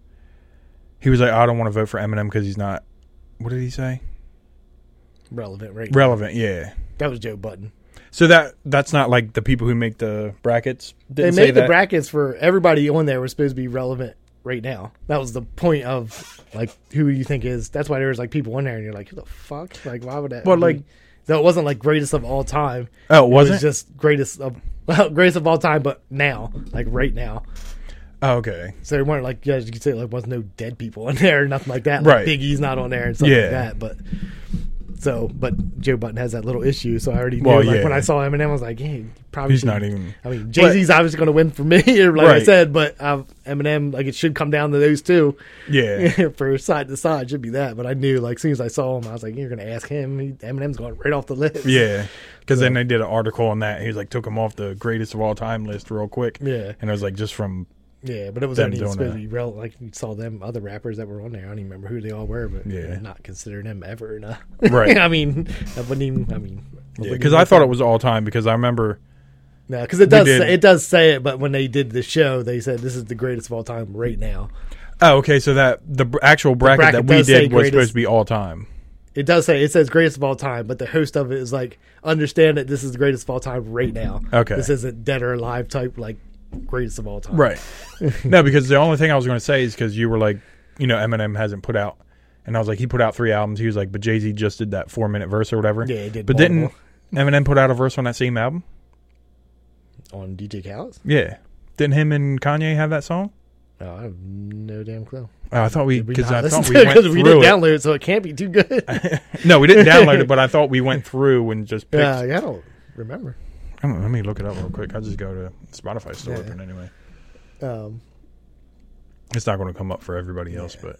Speaker 1: He was like, I don't want to vote for Eminem because he's not. What did he say?
Speaker 2: Relevant, right?
Speaker 1: Relevant, yeah.
Speaker 2: that was Joe Button.
Speaker 1: So that that's not like the people who make the brackets. Didn't
Speaker 2: they
Speaker 1: say
Speaker 2: made the
Speaker 1: that.
Speaker 2: brackets for everybody on there was supposed to be relevant right now. That was the point of like who you think is. That's why there was like people in there, and you're like, who the fuck? Like, why would that?
Speaker 1: But,
Speaker 2: be?
Speaker 1: like-
Speaker 2: so it wasn't like greatest of all time.
Speaker 1: Oh, it
Speaker 2: It was
Speaker 1: wasn't.
Speaker 2: just greatest of well, greatest of all time, but now, like right now.
Speaker 1: oh, okay.
Speaker 2: So there weren't like yeah, as you could say like was no dead people in there, or nothing like that. Like,
Speaker 1: Right.
Speaker 2: Biggie's not on there and stuff
Speaker 1: Yeah.
Speaker 2: like that, but. So, but Joe Button has that little issue. So I already knew.
Speaker 1: Well,
Speaker 2: like
Speaker 1: yeah.
Speaker 2: when I saw Eminem, I was like, "Hey, probably
Speaker 1: He's
Speaker 2: shouldn't-
Speaker 1: not even.
Speaker 2: I mean, Jay Z's obviously going to win for me, like I
Speaker 1: Right.
Speaker 2: said, but i Eminem, like it should come down to those two
Speaker 1: Yeah.
Speaker 2: for side to side. Should be that, but I knew, like, as soon as I saw him, I was like, you're going to ask him. He- Eminem's going right off the list.
Speaker 1: Yeah, because then they did an article on that. He was like, took him off the greatest of all time list real quick.
Speaker 2: Yeah.
Speaker 1: and I was like, just from
Speaker 2: Yeah, but it was
Speaker 1: Them
Speaker 2: only
Speaker 1: doing
Speaker 2: supposed to
Speaker 1: that.
Speaker 2: be real. Like you saw them other rappers that were on there. I don't even remember who they all were, but
Speaker 1: Yeah.
Speaker 2: not considering them ever enough.
Speaker 1: Right.
Speaker 2: I mean, I wouldn't even. I mean,
Speaker 1: because I thought it was all time because I remember.
Speaker 2: no, because it does
Speaker 1: did.
Speaker 2: say, it does say it. But when they did the show, they said this is the greatest of all time right now.
Speaker 1: Oh, okay. So that the br- actual bracket,
Speaker 2: bracket
Speaker 1: that we
Speaker 2: does say
Speaker 1: did was supposed
Speaker 2: greatest-
Speaker 1: to be all time.
Speaker 2: It does say it says greatest of all time, but the host of it is like, understand that this is the greatest of all time right now.
Speaker 1: Okay.
Speaker 2: This isn't dead or alive type like greatest of all time.
Speaker 1: Right. no, because the only thing I was going to say is because you were like, you know, Eminem hasn't put out, and I was like, he put out three albums. He was like, but Jay Z just did that four minute verse or whatever.
Speaker 2: Yeah, he did
Speaker 1: But
Speaker 2: multiple.
Speaker 1: didn't Eminem put out a verse on that same album?
Speaker 2: On DJ Khaled's?
Speaker 1: Yeah. Didn't him and Kanye have that song?
Speaker 2: No, I have no damn clue.
Speaker 1: Oh, I thought we
Speaker 2: We
Speaker 1: because
Speaker 2: not
Speaker 1: I thought
Speaker 2: listen
Speaker 1: we
Speaker 2: to it
Speaker 1: went
Speaker 2: 'cause
Speaker 1: through
Speaker 2: we didn't
Speaker 1: it.
Speaker 2: download it, so it can't be too good.
Speaker 1: No, we didn't download it, but I thought we went through and just picked.
Speaker 2: yeah, I don't remember.
Speaker 1: I don't know, let me look it up real quick. I'll just go to Spotify still
Speaker 2: Yeah.
Speaker 1: open anyway.
Speaker 2: Um,
Speaker 1: It's not going to come up for everybody else, but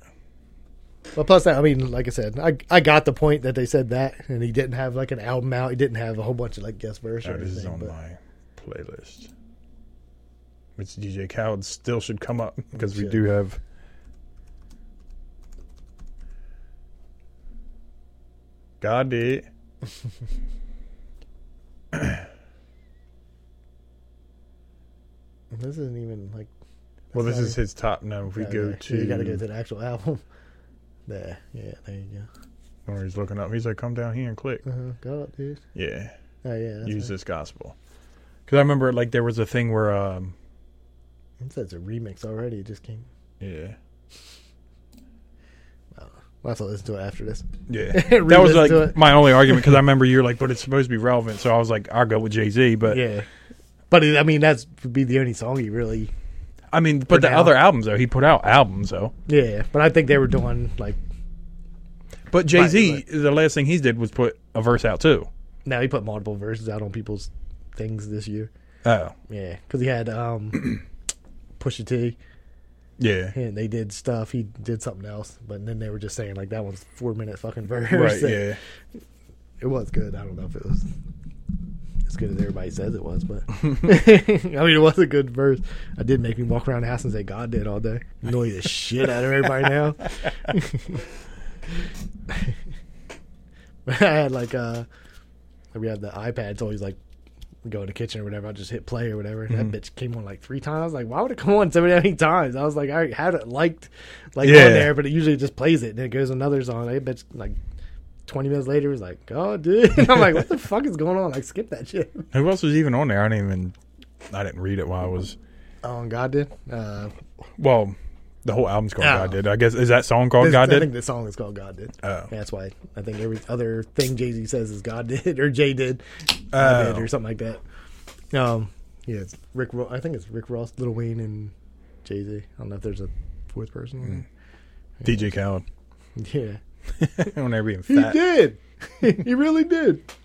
Speaker 2: but plus, that, I mean, like I said, I I got the point that they said that, and he didn't have like an album out. He didn't have a whole bunch of like guest verses.
Speaker 1: oh,
Speaker 2: or
Speaker 1: this is
Speaker 2: anything,
Speaker 1: on
Speaker 2: but-
Speaker 1: my playlist. Which DJ Khaled still should come up because we
Speaker 2: Shit.
Speaker 1: do have. Got it.
Speaker 2: This isn't even like.
Speaker 1: Well, this
Speaker 2: that's
Speaker 1: is his top. Now, if we
Speaker 2: not even-
Speaker 1: go
Speaker 2: okay,
Speaker 1: to,
Speaker 2: you got to go to the actual album. There, yeah, there you
Speaker 1: when he's looking up, he's like, "Come down here and click."
Speaker 2: go. Uh-huh. Go up, dude.
Speaker 1: Yeah,
Speaker 2: Oh yeah, that's
Speaker 1: use
Speaker 2: right.
Speaker 1: this gospel. Because I remember, like, there was a thing where, um,
Speaker 2: It says a remix already. It just came.
Speaker 1: yeah,
Speaker 2: We'll have to listen to it after this.
Speaker 1: yeah, that was
Speaker 2: Relisten
Speaker 1: like
Speaker 2: to it.
Speaker 1: my only argument. Because I remember you're like, "But it's supposed to be relevant," so I was like, "I'll go with Jay Z." But
Speaker 2: yeah, but it, I mean that's would be the only song he really.
Speaker 1: I mean, but the
Speaker 2: now.
Speaker 1: other albums though, he put out albums though.
Speaker 2: Yeah, but I think they were doing like
Speaker 1: But Jay Z,
Speaker 2: right.
Speaker 1: the last thing he did was put a verse out too.
Speaker 2: now he put multiple verses out on people's things this year.
Speaker 1: Oh,
Speaker 2: Yeah, because he had um, Pusha T,
Speaker 1: yeah,
Speaker 2: and they did stuff. He did something else, but then they were just saying like that one's four minute fucking verse.
Speaker 1: right,
Speaker 2: Like,
Speaker 1: yeah.
Speaker 2: it was good. I don't know if it was as good as everybody says it was, but I mean it was a good verse. I did make me walk around the house and say God did all day, annoy the shit out of everybody now. I had like uh, we had the iPads always like. Go in the kitchen or whatever. I just hit play or whatever. and That bitch came on like three times. I was like, why would it come on so many times? I was like, I already had it liked, like
Speaker 1: Yeah.
Speaker 2: on there, but it usually just plays it. And then it goes another song. That bitch like 20 minutes later, it was like, oh, dude. I'm like, what the fuck is going on? Like, skip that shit.
Speaker 1: Who else was even on there? I didn't even. I didn't read it while I was.
Speaker 2: Oh, and God did? Uh,
Speaker 1: Well, the whole album's called
Speaker 2: Oh.
Speaker 1: God Did. I guess is that song called
Speaker 2: this-
Speaker 1: Oh, God
Speaker 2: I
Speaker 1: Did?
Speaker 2: think the song is called God Did.
Speaker 1: Oh.
Speaker 2: That's why I think every other thing Jay Z says is God did or Jay did, I
Speaker 1: Oh.
Speaker 2: did or something like that. Um, yeah, it's Rick. Ro- I think it's Rick Ross, Lil Wayne, and Jay Z. I don't know if there's a fourth person.
Speaker 1: DJ Khaled. Mm.
Speaker 2: Yeah,
Speaker 1: on there being
Speaker 2: he
Speaker 1: fat.
Speaker 2: did. he really did.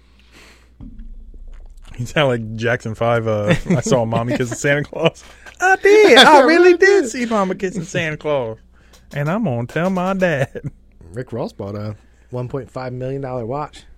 Speaker 1: You sound like Jackson Five. Uh, I saw mommy kissing Santa Claus. I
Speaker 2: did. I really did.
Speaker 1: see mama kissing Santa Claus, and I'm gonna tell my dad.
Speaker 2: Rick Ross bought a 1.5 million dollar watch.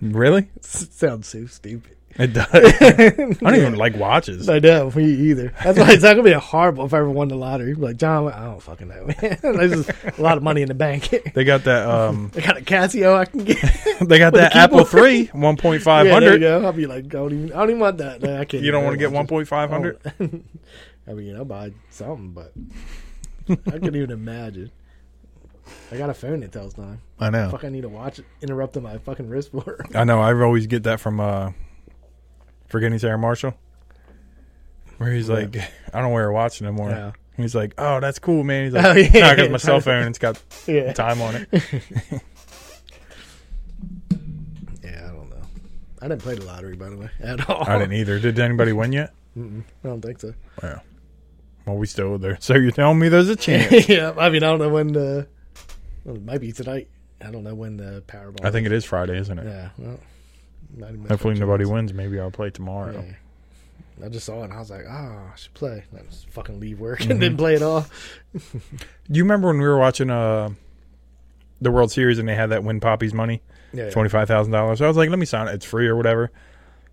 Speaker 1: Really?
Speaker 2: sounds so stupid.
Speaker 1: It does. I don't even like watches.
Speaker 2: I know, me either. That's why it's not gonna be horrible if I ever won the lottery. Like John, I don't fucking know, man. There's just a lot of money in the bank.
Speaker 1: They got that. Um,
Speaker 2: I got a Casio I can get.
Speaker 1: they got
Speaker 2: With
Speaker 1: that
Speaker 2: the
Speaker 1: Apple
Speaker 2: keyboard.
Speaker 1: Three 1.500.
Speaker 2: yeah, there you
Speaker 1: you,
Speaker 2: go. I'll be like, I don't even, I don't even want that. No, I can't.
Speaker 1: don't
Speaker 2: I
Speaker 1: want to get
Speaker 2: just-
Speaker 1: 1.500.
Speaker 2: Oh. I mean, I'll buy something, but I couldn't even imagine. I got a phone that tells time.
Speaker 1: Oh, I know.
Speaker 2: Fuck, I need a watch interrupting my fucking wrist for.
Speaker 1: I know. I always get that from uh, forgetting Sarah Marshall, where he's like, "I don't wear a watch no more."
Speaker 2: Yeah.
Speaker 1: He's like, "Oh, that's cool, man." He's like,
Speaker 2: Oh, yeah.
Speaker 1: because my cell phone it's got
Speaker 2: yeah.
Speaker 1: time on it."
Speaker 2: Yeah, I don't know. I didn't play the lottery, by the way, at all.
Speaker 1: I didn't e- either. Did anybody win yet?
Speaker 2: Mm-mm, I don't think so.
Speaker 1: Wow. Well, we still there. So you're telling me there's a chance?
Speaker 2: yeah, I mean, I don't know when the. Well, it might be tonight. I don't know when the Powerball.
Speaker 1: I think it is Friday, isn't it?
Speaker 2: Yeah. Well, not even much
Speaker 1: Hopefully
Speaker 2: of a
Speaker 1: nobody
Speaker 2: chance.
Speaker 1: wins. Maybe I'll play tomorrow.
Speaker 2: Yeah. I just saw it and I was like, oh, I should play. And I just fucking leave work and didn't play at all.
Speaker 1: Do you remember when we were watching uh the World Series and they had that win poppies money
Speaker 2: Yeah.
Speaker 1: twenty five thousand dollars? So I was like, let me sign it. It's free or whatever.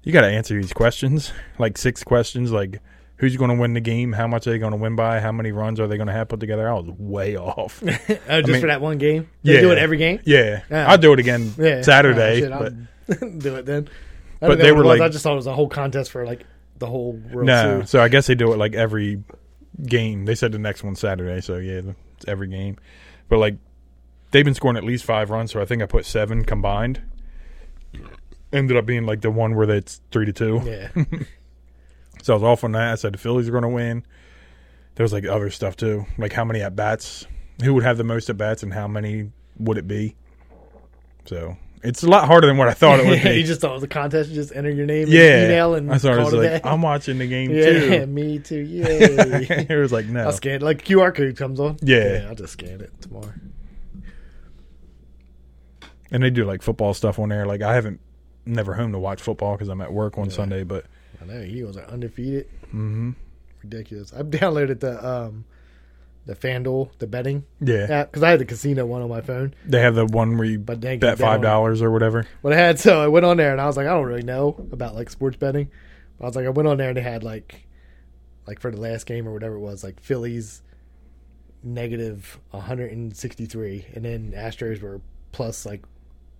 Speaker 1: You got to answer these questions, like six questions, like who's going to win the game, how much are they going to win by, how many runs are they going to have put together. I was way off.
Speaker 2: Oh, just
Speaker 1: mean-
Speaker 2: for that one game? They
Speaker 1: Yeah.
Speaker 2: do it every game?
Speaker 1: yeah,
Speaker 2: Yeah.
Speaker 1: I'll do it again
Speaker 2: Yeah.
Speaker 1: Saturday.
Speaker 2: Oh,
Speaker 1: but
Speaker 2: shit, I'll do it then.
Speaker 1: But they
Speaker 2: I didn't know what it
Speaker 1: were
Speaker 2: was.
Speaker 1: like-
Speaker 2: I just thought it was a whole contest for like the whole World
Speaker 1: no,
Speaker 2: Series.
Speaker 1: so I guess they do it like every game. They said the next one's Saturday, so yeah, it's every game. But like they've been scoring at least five runs, so I think I put seven combined. Ended up being like the one where it's three to two.
Speaker 2: Yeah.
Speaker 1: So I was off on that. I said the Phillies are going to win. There was like other stuff too, like how many at bats, who would have the most at bats, and how many would it be. So it's a lot harder than what I thought it would
Speaker 2: you
Speaker 1: be.
Speaker 2: just thought it was a contest. You just enter your name
Speaker 1: yeah,
Speaker 2: and email and
Speaker 1: I thought it
Speaker 2: call
Speaker 1: was
Speaker 2: it a
Speaker 1: like
Speaker 2: day.
Speaker 1: I'm watching the game
Speaker 2: yeah,
Speaker 1: too.
Speaker 2: me too. Yay.
Speaker 1: it was like no.
Speaker 2: I'll scan it. Like QR code comes on.
Speaker 1: Yeah.
Speaker 2: I'll just scan it tomorrow.
Speaker 1: and they do like football stuff on there. Like I haven't never home to watch football because I'm at work on Sunday, but
Speaker 2: I know he was undefeated.
Speaker 1: hmm
Speaker 2: Ridiculous. I've downloaded the um the FanDuel, the betting
Speaker 1: yeah,
Speaker 2: app because I had the casino one on my phone.
Speaker 1: they have the one where you
Speaker 2: But they
Speaker 1: bet
Speaker 2: get down.
Speaker 1: five dollars or whatever.
Speaker 2: But I had so I went on there and I was like, I don't really know about like sports betting. I was like, I went on there and they had like like for the last game or whatever it was, like Phillies negative 163 and then Astros were plus like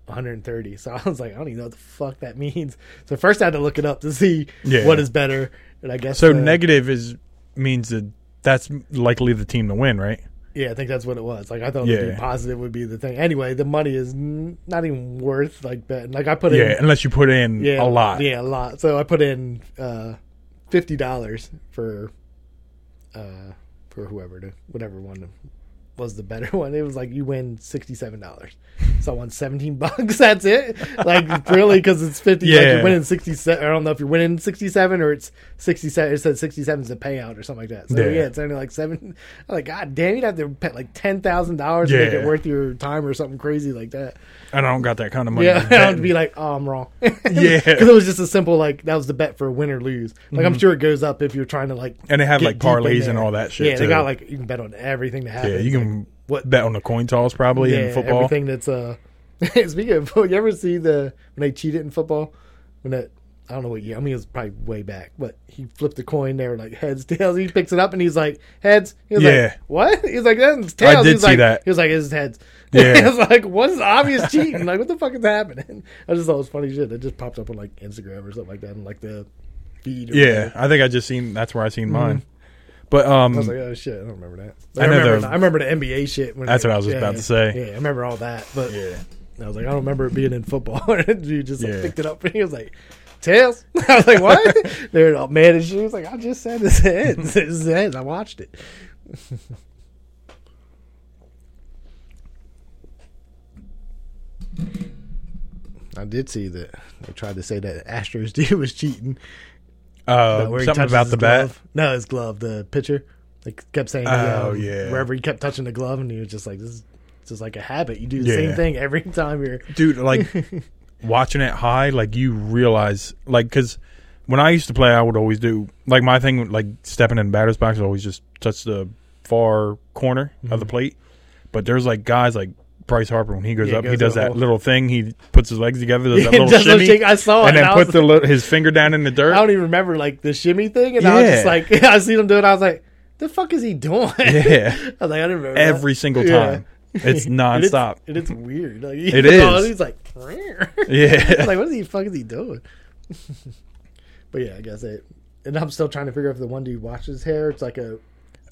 Speaker 2: 130. So I was like, I don't even know what the fuck that means. So first I had to look it up to see
Speaker 1: Yeah.
Speaker 2: what is better. And I guess
Speaker 1: So
Speaker 2: uh,
Speaker 1: negative is means that that's likely the team to win, right?
Speaker 2: Yeah, I think that's what it was. Like I thought
Speaker 1: Yeah.
Speaker 2: it'd be positive would be the thing. Anyway, the money is n- not even worth like betting. Like I put
Speaker 1: yeah,
Speaker 2: in
Speaker 1: unless you put in a lot.
Speaker 2: Yeah, a lot. So I put in uh fifty dollars for uh for whoever to whatever one was the better one. It was like you win sixty seven dollars. So I won seventeen bucks. That's it. Like really, because it's fifty. Yeah. Like
Speaker 1: Yeah.
Speaker 2: you're winning sixty seven. I don't know if you're winning sixty seven or it's sixty seven. It said sixty seven is a payout or something like that. So
Speaker 1: Yeah.
Speaker 2: yeah, it's only like seven. I'm like God damn, you'd have to pay like ten thousand dollars to make
Speaker 1: Yeah.
Speaker 2: it worth your time or something crazy like that.
Speaker 1: I don't got that kind of money.
Speaker 2: Yeah,
Speaker 1: to
Speaker 2: I would
Speaker 1: bet.
Speaker 2: be like, oh, I'm wrong. yeah,
Speaker 1: Yeah.
Speaker 2: because it was just a simple like that was the bet for win or lose. Like I'm sure it goes up if you're trying to like
Speaker 1: Mhm. and they have
Speaker 2: get
Speaker 1: like
Speaker 2: deep in
Speaker 1: parlays and
Speaker 2: there.
Speaker 1: all that shit.
Speaker 2: Yeah, they
Speaker 1: too.
Speaker 2: got like you can bet on everything that happens.
Speaker 1: yeah, you can
Speaker 2: what-
Speaker 1: bet on the coin toss probably
Speaker 2: yeah,
Speaker 1: in football.
Speaker 2: everything that's uh. speaking of football, you ever see the when they cheated in football when that. I don't know what year. I mean, it was probably way back, but he flipped the coin there, like heads, tails. He picks it up and he's like heads. He was
Speaker 1: Yeah.
Speaker 2: like, "What?" He's like, "That's tails."
Speaker 1: did
Speaker 2: he was
Speaker 1: see
Speaker 2: like,
Speaker 1: that.
Speaker 2: He was like, "It's heads."
Speaker 1: Yeah.
Speaker 2: I was like, "What is obvious cheating? Like, what the fuck is happening?" I just thought it was funny shit. It just popped up on like Instagram or something like that, and like the feed. Or
Speaker 1: Yeah,
Speaker 2: whatever.
Speaker 1: I think I just seen that's where I seen mine. But um,
Speaker 2: Mm-hmm. I was like, "Oh shit, I don't remember that."
Speaker 1: I
Speaker 2: I,
Speaker 1: know
Speaker 2: remember.
Speaker 1: the-
Speaker 2: I remember the NBA shit. When
Speaker 1: That's
Speaker 2: like,
Speaker 1: what I was just about to say.
Speaker 2: Yeah, I remember all that, but
Speaker 1: yeah,
Speaker 2: and I was like, I don't remember it being in football. and you just like,
Speaker 1: Yeah.
Speaker 2: picked it up and he was like, Tails. I was like, What? They're all mad at you. He was like, I just said it's heads. It's heads. I watched it. I did see that they tried to say that Astros D was cheating.
Speaker 1: uh,
Speaker 2: where he
Speaker 1: something
Speaker 2: touches
Speaker 1: about
Speaker 2: his
Speaker 1: the bat.
Speaker 2: glove. No, his glove, the pitcher. They kept saying,
Speaker 1: Oh,
Speaker 2: um,
Speaker 1: yeah.
Speaker 2: Wherever he kept touching the glove, and he was just like, This is just like a habit. You do the
Speaker 1: Yeah.
Speaker 2: same thing every time you're.
Speaker 1: dude like watching it high like you realize like because when i used to play i would always do like my thing like stepping in batters box is always just touch the far corner of the
Speaker 2: Mm-hmm.
Speaker 1: plate but there's like guys like bryce harper when he goes
Speaker 2: Yeah,
Speaker 1: up he
Speaker 2: goes
Speaker 1: does
Speaker 2: up.
Speaker 1: that little thing he puts his legs together does that
Speaker 2: Yeah,
Speaker 1: little
Speaker 2: just those
Speaker 1: shimmy
Speaker 2: shake- I saw it.
Speaker 1: and then
Speaker 2: I,
Speaker 1: put
Speaker 2: was,
Speaker 1: the li- his finger down in the dirt
Speaker 2: I don't even remember like the shimmy thing, and I was just
Speaker 1: Yeah.
Speaker 2: like, I seen him do it. I was like, the fuck is he doing?
Speaker 1: Yeah.
Speaker 2: I was like, I didn't remember that.
Speaker 1: every single
Speaker 2: Yeah.
Speaker 1: time it's
Speaker 2: And it's-
Speaker 1: nonstop
Speaker 2: and it's weird. Like,
Speaker 1: It
Speaker 2: you know,
Speaker 1: is.
Speaker 2: He's like, like
Speaker 1: yeah
Speaker 2: what is he? Fuck is he doing? but yeah, I guess it. And I'm still trying to figure out if the one dude washes hair. It's like a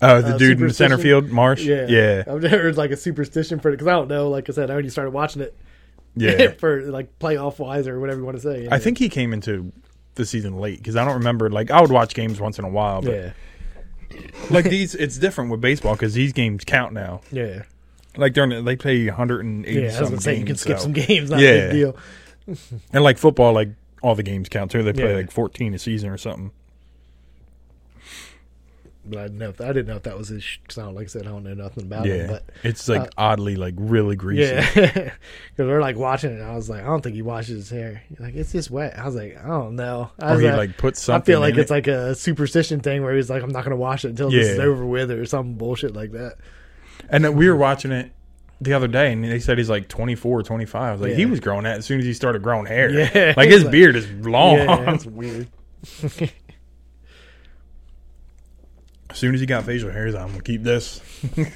Speaker 1: oh the
Speaker 2: uh,
Speaker 1: dude in the center
Speaker 2: superstition.
Speaker 1: field marsh
Speaker 2: yeah,
Speaker 1: yeah
Speaker 2: I've never it's like a superstition for it because I don't know. Like I said, I already started watching it.
Speaker 1: yeah.
Speaker 2: for like playoff wise or whatever you want to say.
Speaker 1: I think he came into the season late because I don't remember. Like I would watch games once in a while, but
Speaker 2: Yeah.
Speaker 1: like these, it's different with baseball because these games count now.
Speaker 2: Yeah.
Speaker 1: Like during the- they play 180
Speaker 2: Yeah, I was
Speaker 1: something
Speaker 2: gonna
Speaker 1: games,
Speaker 2: say you can skip
Speaker 1: so-
Speaker 2: some games, not a
Speaker 1: Yeah.
Speaker 2: big deal.
Speaker 1: and like football, like all the games count too. They play
Speaker 2: Yeah.
Speaker 1: like 14 a season or something.
Speaker 2: But I didn't know if, I didn't know if that was his sound. Like I said, I don't know nothing about
Speaker 1: Yeah,
Speaker 2: him. Um, But
Speaker 1: it's like
Speaker 2: uh,
Speaker 1: oddly like really greasy.
Speaker 2: yeah, because we're like watching it. And I was like, I don't think he washes his hair. He's like it's just wet. I was like, I don't know. I
Speaker 1: Or
Speaker 2: was
Speaker 1: he like put
Speaker 2: I
Speaker 1: something.
Speaker 2: feel like
Speaker 1: in
Speaker 2: it's
Speaker 1: it.
Speaker 2: like a superstition thing where he's like, I'm not gonna wash it until this is
Speaker 1: Yeah.
Speaker 2: over with or some bullshit like that.
Speaker 1: And then we were watching it the other day, and they said he's like 24 or 25. I was like,
Speaker 2: Yeah.
Speaker 1: he was growing that as soon as he started growing hair.
Speaker 2: Yeah.
Speaker 1: like his
Speaker 2: Like-
Speaker 1: beard is long.
Speaker 2: Yeah, that's weird.
Speaker 1: As soon as he got facial hairs, I'm gonna keep this.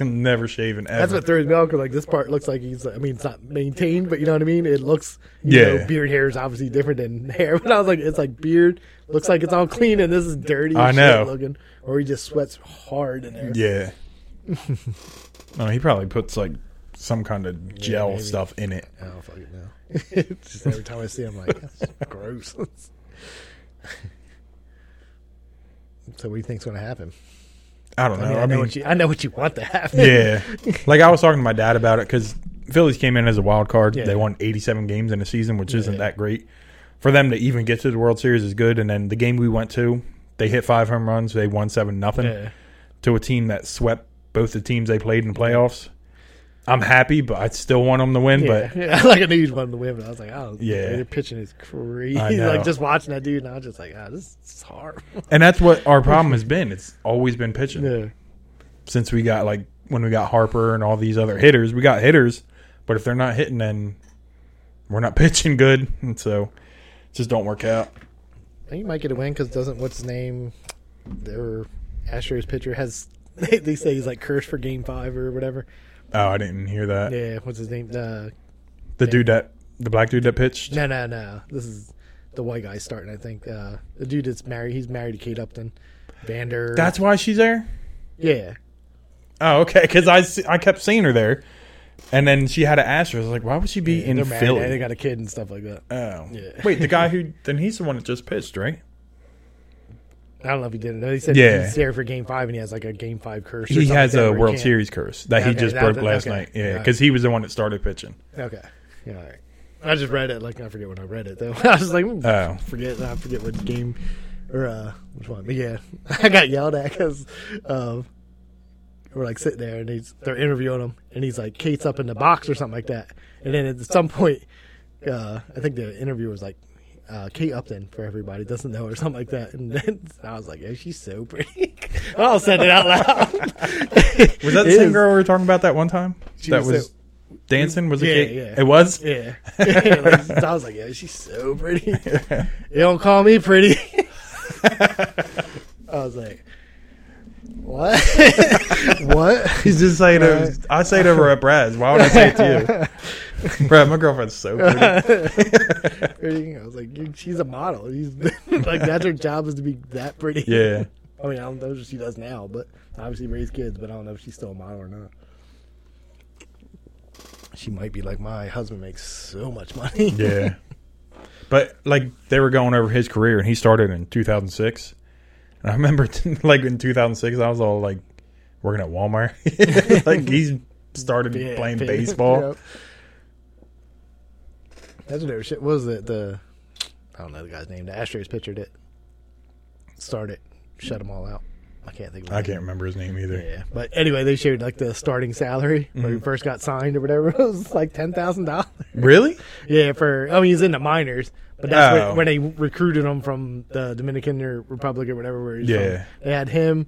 Speaker 1: Never shaving ever.
Speaker 2: That's what throws me off because like this part looks like he's. I mean, it's not maintained, but you know what I mean. It looks. You
Speaker 1: Yeah.
Speaker 2: Know, beard hair is obviously different than hair, but I was like, it's like beard looks like it's all clean, and this is dirty.
Speaker 1: I
Speaker 2: as
Speaker 1: know.
Speaker 2: Shit looking, or he just sweats hard in there.
Speaker 1: yeah. no, he probably puts like some kind of gel
Speaker 2: maybe.
Speaker 1: stuff in it.
Speaker 2: I don't fucking know. It's just every time I see him, I'm like, that's gross. so what do you think's going to happen?
Speaker 1: I don't
Speaker 2: I
Speaker 1: know.
Speaker 2: mean, I,
Speaker 1: I
Speaker 2: know
Speaker 1: mean,
Speaker 2: what you. I know what you want to happen.
Speaker 1: yeah. like I was talking to my dad about it because Phillies came in as a wild card.
Speaker 2: Yeah.
Speaker 1: They won 87 games in a season, which isn't
Speaker 2: Yeah.
Speaker 1: that great. For them to even get to the World Series is good. And then the game we went to, they hit five home runs. They won seven nothing
Speaker 2: Yeah.
Speaker 1: to a team that swept both the teams they played in playoffs. I'm happy, but I still want them to win. But
Speaker 2: yeah. yeah, like I knew you'd won the win, but I was like, oh,
Speaker 1: Yeah.
Speaker 2: yeah, their pitching is crazy.
Speaker 1: I know.
Speaker 2: like just watching that dude, and I was just like, ah, this is hard.
Speaker 1: And that's what our problem has been. It's always been pitching since we got like when we got Harper and all these other hitters. We got hitters, but if they're not hitting, then we're not pitching good, and so it just don't work out.
Speaker 2: And you might get a win because doesn't what's his name, their Astros pitcher has. They, they say he's like cursed for Game Five or whatever.
Speaker 1: Oh, I didn't hear that.
Speaker 2: Yeah, what's his name? Uh,
Speaker 1: The dude that the black dude that pitched.
Speaker 2: no, no, no. This is the white guy starting. I think uh, the dude that's married. He's married to Kate Upton. Vander.
Speaker 1: That's why she's there.
Speaker 2: yeah.
Speaker 1: Oh, okay. Because I, se- I kept seeing her there, and then she had an asterisk. I was like, why would she be in
Speaker 2: They're married,
Speaker 1: Philly?
Speaker 2: They got a kid and stuff like that.
Speaker 1: Oh,
Speaker 2: Yeah.
Speaker 1: wait, the guy who then he's the one that just pitched, right?
Speaker 2: I don't know if he did it. He said
Speaker 1: Yeah.
Speaker 2: he's there for Game Five, and he has like a Game Five curse. or
Speaker 1: He
Speaker 2: something
Speaker 1: has
Speaker 2: like that
Speaker 1: a
Speaker 2: where he
Speaker 1: World
Speaker 2: can't-
Speaker 1: Series curse that he
Speaker 2: Okay,
Speaker 1: just
Speaker 2: that-
Speaker 1: broke
Speaker 2: that-
Speaker 1: last
Speaker 2: okay.
Speaker 1: night. Yeah,
Speaker 2: Alright.
Speaker 1: because he was the one that started pitching.
Speaker 2: Okay. Yeah, all right. I just read it. Like I forget when I read it though. I was like, mm,
Speaker 1: Oh.
Speaker 2: forget. I forget what game or uh, which one. But yeah, I got yelled at because um, we're like sitting there and he's they're interviewing him and he's like Kate's up in the box or something like that. And then at some point, uh, I think the interviewer was like. Uh, Kate Upton for everybody doesn't know or something like that, and then I was like, "Yeah, she's so pretty." I all said it out loud.
Speaker 1: Was that the
Speaker 2: It
Speaker 1: same
Speaker 2: is.
Speaker 1: girl we were talking about that one time?
Speaker 2: She
Speaker 1: that
Speaker 2: was
Speaker 1: was dancing. Was it?
Speaker 2: Yeah,
Speaker 1: Kate?
Speaker 2: yeah.
Speaker 1: It was.
Speaker 2: Yeah. Like, I was like, yeah, she's so pretty. You don't call me pretty. I was like, what? what?
Speaker 1: He's just saying.
Speaker 2: to-
Speaker 1: I say it over at Brad's. Why would I say it to you, Brad? My girlfriend's so pretty.
Speaker 2: Pretty. I was like, you- she's a model. She's like, that's her job is to be that pretty.
Speaker 1: Yeah.
Speaker 2: I mean, I don't know if she does now, but obviously raise kids, but I don't know if she's still a model or not. She might be like, my husband makes so much money.
Speaker 1: Yeah. But like they were going over his career, and he started in 2006. And I remember, like in 2006, I was all like working at Walmart. like he's started
Speaker 2: Yeah,
Speaker 1: playing
Speaker 2: yeah,
Speaker 1: baseball.
Speaker 2: yep. That's what they were shit. What was it? The I don't know the guy's name. The Astros pitcher did start it, shut them all out. I can't think. of his
Speaker 1: I
Speaker 2: name.
Speaker 1: can't remember his name either. Mm-hmm.
Speaker 2: Yeah, but anyway, they shared like the starting salary when he first got signed or whatever. It was like ten thousand dollars.
Speaker 1: Really?
Speaker 2: Yeah, for I mean he's in the minors, but that's
Speaker 1: Oh.
Speaker 2: when, when they recruited him from the Dominican or Republic or whatever. Where he's
Speaker 1: Yeah.
Speaker 2: from. they had him.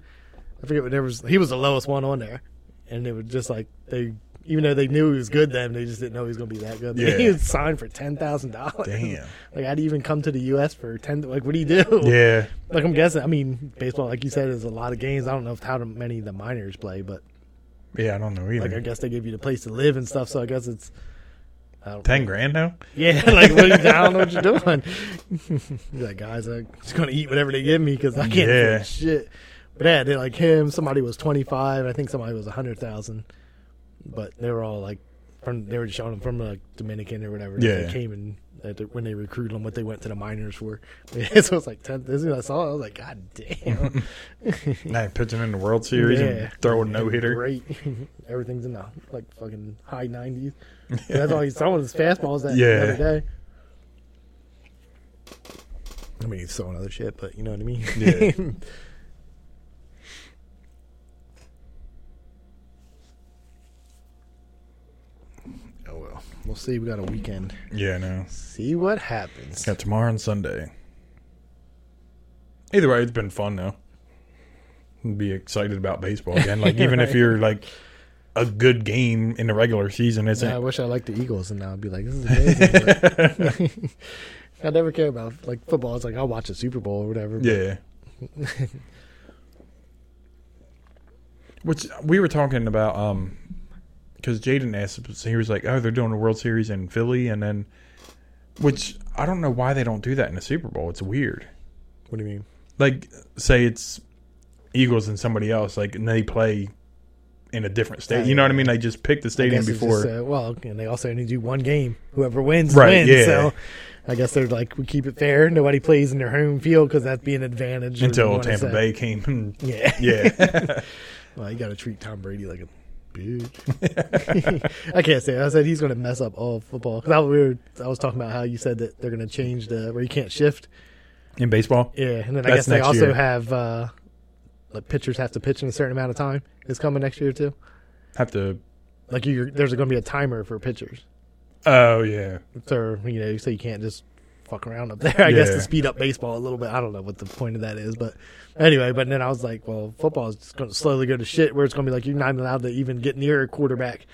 Speaker 2: I forget what there was. He was the lowest one on there, and it was just like they, even though they knew he was good then, they just didn't know he was going to be that good. But
Speaker 1: Yeah.
Speaker 2: he was signed for ten thousand dollars.
Speaker 1: Damn.
Speaker 2: Like I'd even come to the U.S. for ten. Like what do you do?
Speaker 1: Yeah.
Speaker 2: Like I'm guessing. I mean, baseball, like you said, is a lot of games. I don't know if how many the minors play, but
Speaker 1: Yeah, I don't know
Speaker 2: like I
Speaker 1: either.
Speaker 2: guess they give you the place to live and stuff. So I guess it's. I don't
Speaker 1: Ten grand now?
Speaker 2: yeah, like what are you, I don't know what you're doing. You're like, guys, I'm just gonna eat whatever they give me because I can't
Speaker 1: Yeah.
Speaker 2: afford shit. But yeah, they like him. Somebody was 25. I think somebody was 100,000. But they were all like, from they were just showing them from like Dominican or whatever. that
Speaker 1: Yeah.
Speaker 2: they came and that they- when they recruited them, what they went to the minors for. Yeah, so it's like 10. This is what I saw. it, I was like, God damn.
Speaker 1: Nah, pitching in the World Series
Speaker 2: Yeah.
Speaker 1: and throwing no hitter.
Speaker 2: Great. Everything's in the like fucking high 90s. That's all he's throwing his fastballs that
Speaker 1: Yeah.
Speaker 2: the other day. I mean, he's throwing other shit, but you know what I mean?
Speaker 1: Yeah.
Speaker 2: oh, well. We'll see. We got a weekend.
Speaker 1: Yeah, no.
Speaker 2: See what happens.
Speaker 1: Got tomorrow and Sunday. Either way, it's been fun though. Be excited about baseball again. Like even if
Speaker 2: Right.
Speaker 1: you're like a good game in the regular season, isn't
Speaker 2: Yeah, I wish I liked the Eagles, and now I'd be like, this is amazing. but- I never care about like football. It's like I'll watch a Super Bowl or whatever. but-
Speaker 1: Yeah. Which we were talking about, um, because Jaden asked, us, he was like, "Oh, they're doing a World Series in Philly," and then, which I don't know why they don't do that in the Super Bowl. It's weird.
Speaker 2: What do you mean?
Speaker 1: Like, say it's Eagles and somebody else, like, and they play in a different state. You know what I mean? They just pick the
Speaker 2: I
Speaker 1: stadium
Speaker 2: guess it's
Speaker 1: before.
Speaker 2: just, uh, well, and they also only do one game. Whoever wins,
Speaker 1: Right,
Speaker 2: wins.
Speaker 1: yeah.
Speaker 2: So I guess they're like, we keep it fair. Nobody plays in their home field because that'd be an advantage. or you
Speaker 1: until
Speaker 2: wanna
Speaker 1: Tampa
Speaker 2: say-
Speaker 1: Bay came. and-
Speaker 2: Yeah.
Speaker 1: yeah,
Speaker 2: Well, you got to treat Tom Brady like a bitch. I can't say. It. I said he's going to mess up all football. 'Cause I, we were, I was talking about how you said that they're going to change the where you can't shift.
Speaker 1: in baseball.
Speaker 2: Yeah, and then I
Speaker 1: That's
Speaker 2: guess they
Speaker 1: next
Speaker 2: also
Speaker 1: year.
Speaker 2: have uh, like pitchers have to pitch in a certain amount of time. It's coming next year too.
Speaker 1: Have to.
Speaker 2: Like you're, there's going to be a timer for pitchers.
Speaker 1: Oh yeah,
Speaker 2: So you know, so you can't just fuck around up there. I guess
Speaker 1: Yeah.
Speaker 2: to speed up baseball a little bit. I don't know what the point of that is, but anyway. But then I was like, well, football is just going to slowly go to shit where it's going to be like you're not even allowed to even get near a quarterback.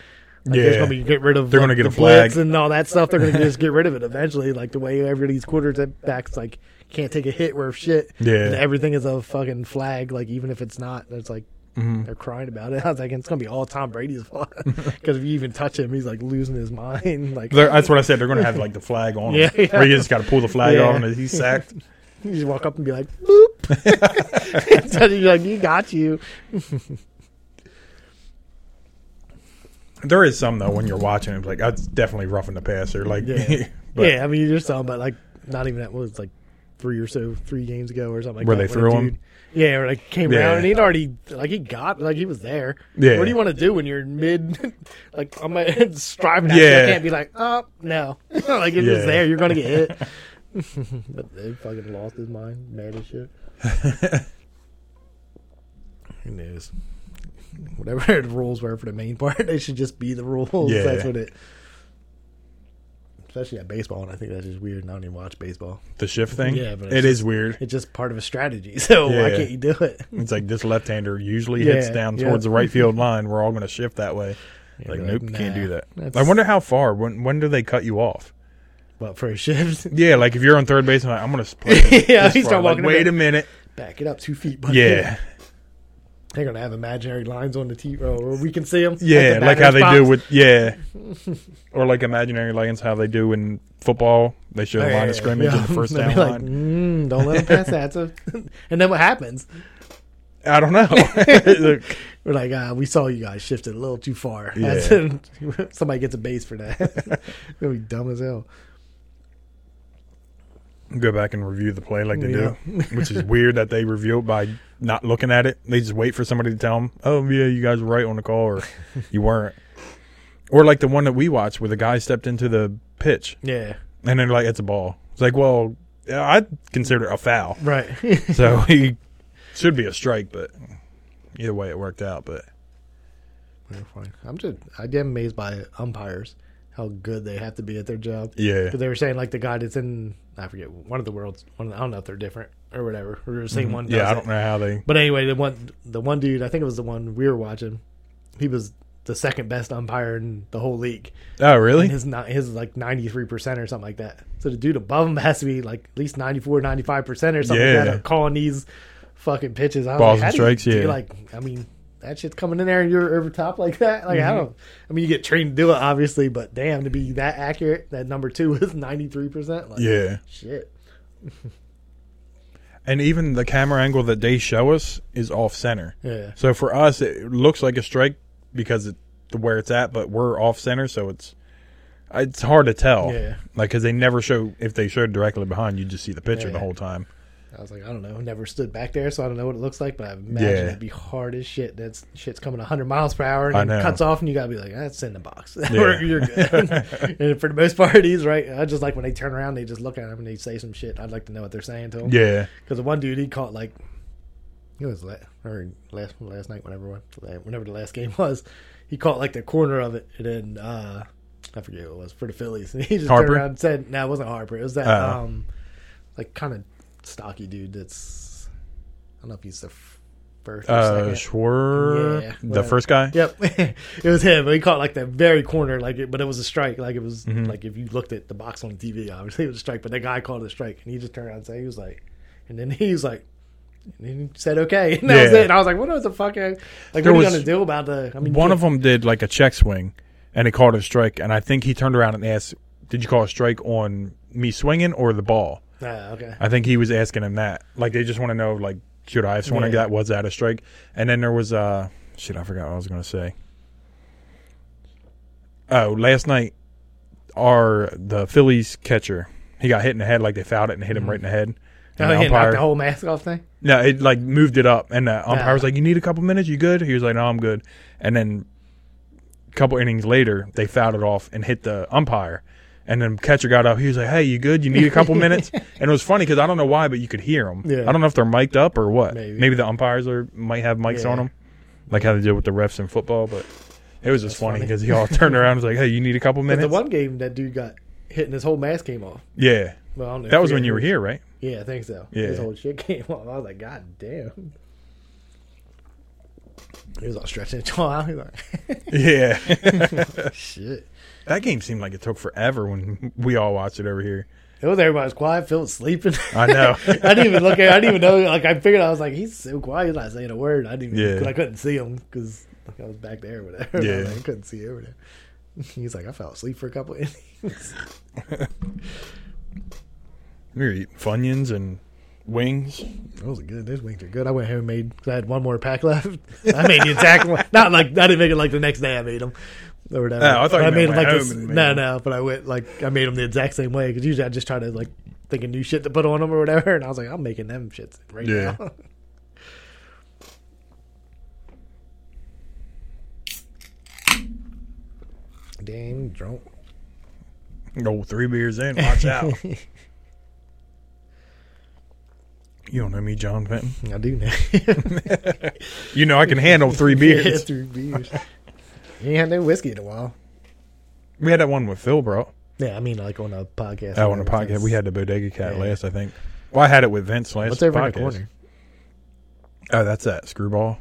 Speaker 2: Like,
Speaker 1: Yeah.
Speaker 2: There's going to be get rid of.
Speaker 1: They're
Speaker 2: like,
Speaker 1: gonna get
Speaker 2: the
Speaker 1: a flag.
Speaker 2: blitz and all that stuff. They're going to just get rid of it eventually. Like the way everybody's quarterbacks like can't take a hit worth shit.
Speaker 1: Yeah.
Speaker 2: And everything is a fucking flag. Like even if it's not, it's like.
Speaker 1: Mm-hmm.
Speaker 2: They're crying about it. I was like, it's gonna be all Tom Brady's fault because if you even touch him, he's like losing his mind. Like
Speaker 1: They're, that's what I said. They're going to have like the flag on.
Speaker 2: Yeah,
Speaker 1: him,
Speaker 2: yeah.
Speaker 1: Where you just got to pull the flag
Speaker 2: Yeah.
Speaker 1: on and he's sacked.
Speaker 2: You just walk up and be like, boop. Teddy's like, you got you.
Speaker 1: There is some though when you're watching it, like that's definitely roughing the passer. Like,
Speaker 2: Yeah.
Speaker 1: but
Speaker 2: yeah, I mean, there's some, but like, not even that was like three or so, three games ago or something like
Speaker 1: Where
Speaker 2: that.
Speaker 1: they
Speaker 2: when a
Speaker 1: threw him?
Speaker 2: dude- Yeah, or like came
Speaker 1: Yeah.
Speaker 2: around and he'd already, like, he got, like, he was there.
Speaker 1: Yeah.
Speaker 2: What do you want to do when you're mid, like, I'm uh, striving at
Speaker 1: Yeah.
Speaker 2: you? I can't be like, oh, no. like, if
Speaker 1: Yeah.
Speaker 2: it's there, you're going to get hit. but they fucking lost his mind, mad as shit. Who knows? Whatever the rules were for the main part, they should just be the rules.
Speaker 1: Yeah.
Speaker 2: That's what it. Especially at baseball, and I think that's just weird. And I don't even watch baseball.
Speaker 1: the shift thing,
Speaker 2: Yeah, but
Speaker 1: it
Speaker 2: it's-
Speaker 1: is weird.
Speaker 2: It's just part of a strategy. So why
Speaker 1: Yeah.
Speaker 2: can't you do it?
Speaker 1: It's like this left-hander usually
Speaker 2: Yeah,
Speaker 1: hits down
Speaker 2: yeah.
Speaker 1: towards the right field line. We're all going to shift that way.
Speaker 2: Yeah,
Speaker 1: Like,
Speaker 2: like,
Speaker 1: nope, can't do
Speaker 2: nah,
Speaker 1: that.
Speaker 2: that's-
Speaker 1: I wonder how far. When when do they cut you off?
Speaker 2: But for a shift,
Speaker 1: Yeah, like if you're on third base, I'm, like, I'm going to split.
Speaker 2: Yeah,
Speaker 1: this
Speaker 2: you
Speaker 1: far.
Speaker 2: start
Speaker 1: Like,
Speaker 2: walking a
Speaker 1: Wait
Speaker 2: bit.
Speaker 1: a minute.
Speaker 2: back it up two feet. buddy.
Speaker 1: Yeah,
Speaker 2: they're gonna have imaginary lines on the tee, or we can see them.
Speaker 1: yeah, like how they do with yeah, or like imaginary lines, how they do in football. They show the line of scrimmage and the first
Speaker 2: They'll
Speaker 1: down
Speaker 2: be
Speaker 1: line.
Speaker 2: mm, don't let them pass that. So, and then what happens?
Speaker 1: I don't know. Look,
Speaker 2: We're like, ah, we saw you guys shifted a little too far.
Speaker 1: Yeah.
Speaker 2: That's- somebody gets a base for that. They'll be dumb as hell.
Speaker 1: go back and review the play like they
Speaker 2: Yeah.
Speaker 1: do, which is weird that they review it by not looking at it. They just wait for somebody to tell them, "Oh yeah, you guys were right on the call, or you weren't." Or like the one that we watched, where the guy stepped into the pitch
Speaker 2: Yeah,
Speaker 1: and then like it's a ball. It's like, well, I consider it a foul,
Speaker 2: right.
Speaker 1: so he should be a strike. But either way, it worked out. But
Speaker 2: We're fine. I'm just, I get amazed by umpires how good they have to be at their job.
Speaker 1: yeah,
Speaker 2: 'Cause they were saying like the guy that's in, I forget, one of the worlds. One of the, I don't know if they're different or whatever. Or the same one. does
Speaker 1: Mm-hmm. yeah, I
Speaker 2: it.
Speaker 1: don't know how they.
Speaker 2: But anyway, the one the one dude, I think it was the one we were watching. He was the second best umpire in the whole league.
Speaker 1: Oh
Speaker 2: And
Speaker 1: really?
Speaker 2: his ni- his like 93% or something like that. So the dude above him has to be like at least 94, 95% or something
Speaker 1: Yeah.
Speaker 2: like that calling these fucking pitches. I was
Speaker 1: Balls
Speaker 2: like,
Speaker 1: and
Speaker 2: how do you-
Speaker 1: strikes,
Speaker 2: do you,
Speaker 1: yeah.
Speaker 2: Like, I mean, that shit's coming in there and you're over top like that. Like,
Speaker 1: Mm-hmm.
Speaker 2: I don't, I mean, you get trained to do it, obviously, but damn, to be that accurate, that number two is 93%. Like,
Speaker 1: Yeah.
Speaker 2: Shit.
Speaker 1: and even the camera angle that they show us is off center.
Speaker 2: Yeah.
Speaker 1: So for us, it looks like a strike because it, the where it's at, but we're off center, so it's it's hard to tell.
Speaker 2: Yeah.
Speaker 1: Like because they never show if they showed directly behind, you just see the picture the
Speaker 2: Yeah.
Speaker 1: whole time.
Speaker 2: I was like, I don't know, never stood back there, so I don't know what it looks like, but I imagine
Speaker 1: Yeah.
Speaker 2: it'd be hard as shit. That shit's coming 100 miles per hour
Speaker 1: I
Speaker 2: and
Speaker 1: know.
Speaker 2: it cuts off, and you gotta be like, that's in the box.
Speaker 1: Yeah.
Speaker 2: You're good. and for the most part, he's right. I just like when they turn around, they just look at him and they say some shit. I'd like to know what they're saying to him.
Speaker 1: Yeah.
Speaker 2: Because the one dude he caught like it was la- or last last night, whenever one- whenever the last game was, he caught like the corner of it, and then uh, I forget who it was for the Phillies. And he just
Speaker 1: Harper?
Speaker 2: turned around and said, "No, it wasn't Harper. It was that
Speaker 1: Oh.
Speaker 2: um, like kind of stocky dude. That's I don't know if he's the f- first or
Speaker 1: Uh,
Speaker 2: second.
Speaker 1: Schwer,
Speaker 2: Yeah,
Speaker 1: the
Speaker 2: whatever.
Speaker 1: first guy.
Speaker 2: Yep, it was him. He caught like the very corner, like it, but it was a strike. Like it was
Speaker 1: Mm-hmm.
Speaker 2: like if you looked at the box on TV, obviously it was a strike. But that guy called it a strike, and he just turned around and said he was like, and then he was like, and then he said okay, and that was
Speaker 1: Yeah.
Speaker 2: it. And I was like, what the fuck? uh, Like what
Speaker 1: There
Speaker 2: are you
Speaker 1: was
Speaker 2: gonna do about the? I mean,
Speaker 1: One of them did like a check swing, and he called it a strike. And I think he turned around and asked, "Did you call a strike on me swinging or the ball?"
Speaker 2: Ah, okay.
Speaker 1: I think he was asking him that. Like they just want to know, like, should I have sworn at
Speaker 2: Yeah.
Speaker 1: that was that a strike? And then there was uh shit, I forgot what I was gonna say. Oh, last night our the Phillies catcher, he got hit in the head, like they fouled it and hit him right in the head.
Speaker 2: Oh,
Speaker 1: And the
Speaker 2: he knocked
Speaker 1: umpire,
Speaker 2: the whole mask off thing.
Speaker 1: no, it like moved it up, and the umpire
Speaker 2: Ah.
Speaker 1: was like, "You need a couple minutes, you good?" He was like, "No, I'm good." And then a couple innings later, they fouled it off and hit the umpire, and then catcher got up. He was like, "Hey, you good? You need a couple minutes?" And it was funny because I don't know why, but you could hear them.
Speaker 2: Yeah.
Speaker 1: I don't know if they're mic'd up or what.
Speaker 2: Maybe.
Speaker 1: the umpires are might have mics on
Speaker 2: Yeah.
Speaker 1: them, like how they did with the refs in football. But it was just
Speaker 2: That's
Speaker 1: funny
Speaker 2: funny.
Speaker 1: because he all turned around and was like, "Hey, you need a couple
Speaker 2: But
Speaker 1: minutes?"
Speaker 2: the one game that dude got hit, and his whole mask came off.
Speaker 1: yeah,
Speaker 2: Well, I don't know,
Speaker 1: that was
Speaker 2: forget
Speaker 1: when you
Speaker 2: who-
Speaker 1: were here, right?
Speaker 2: Yeah, I think so.
Speaker 1: Yeah.
Speaker 2: His whole shit came off. I was like, God damn. He was all stretching his jaw out. He was
Speaker 1: Yeah.
Speaker 2: like, shit.
Speaker 1: that game seemed like it took forever when we all watched it over here.
Speaker 2: It was everybody's quiet. Phil was sleeping.
Speaker 1: I know.
Speaker 2: I didn't even look at. I didn't even know. Like I figured, I was like, he's so quiet. He's not saying a word. I didn't. Even,
Speaker 1: Yeah.
Speaker 2: 'cause I couldn't see him because like, I was back there. Or whatever.
Speaker 1: Yeah.
Speaker 2: I couldn't see over there. He's like, I fell asleep for a couple innings.
Speaker 1: We were eating Funyuns and wings.
Speaker 2: Those are good. Those wings are good. I went home and made. 'cause I had one more pack left. I made the intact one. Not like I didn't make it like the next day. I made them or whatever.
Speaker 1: Oh, I thought you meant
Speaker 2: made 'em
Speaker 1: went home
Speaker 2: this.
Speaker 1: and made
Speaker 2: No,
Speaker 1: 'em.
Speaker 2: no. But I went like I made them the exact same way because usually I just try to like think of new shit to put on them or whatever. And I was like, I'm making them shits right
Speaker 1: Yeah.
Speaker 2: now. Damn drunk.
Speaker 1: Go three beers in. Watch out. you don't know me, John Fenton.
Speaker 2: I do now.
Speaker 1: You know I can handle three beers.
Speaker 2: Three beers. You ain't had no whiskey in a while.
Speaker 1: We had that one with Phil, bro.
Speaker 2: Yeah, I mean, like on a podcast.
Speaker 1: That one Oh, on
Speaker 2: or
Speaker 1: the
Speaker 2: whatever,
Speaker 1: podcast. We had the Bodega Cat
Speaker 2: Yeah.
Speaker 1: last, I think. Well, I had it with Vince last.
Speaker 2: What's over
Speaker 1: podcast.
Speaker 2: in the corner?
Speaker 1: Oh, that's that screwball.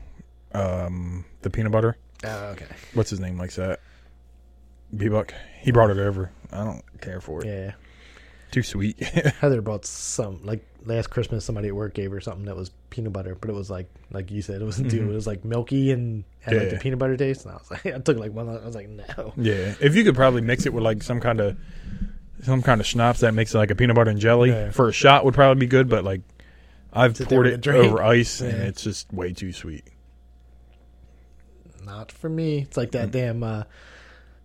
Speaker 1: Um, the peanut butter.
Speaker 2: Oh, okay.
Speaker 1: What's his name likes that? B Buck. He brought it over. I don't care for it.
Speaker 2: Yeah.
Speaker 1: Too sweet.
Speaker 2: Heather brought some like last Christmas. Somebody at work gave her something that was peanut butter, but it was like like you said, it wasn't too. It was like milky and had like the
Speaker 1: Mm-hmm. Yeah.
Speaker 2: peanut butter taste. And I was like, I took like one. I was like, no.
Speaker 1: yeah. If you could probably mix it with like some kind of some kind of schnapps that makes it like a peanut butter and jelly
Speaker 2: Yeah.
Speaker 1: for a shot would probably be good, but like I've
Speaker 2: Sit there
Speaker 1: poured
Speaker 2: with a
Speaker 1: it
Speaker 2: drink.
Speaker 1: over ice and
Speaker 2: Yeah.
Speaker 1: it's just way too sweet.
Speaker 2: Not for me. It's like
Speaker 1: Mm.
Speaker 2: that damn. uh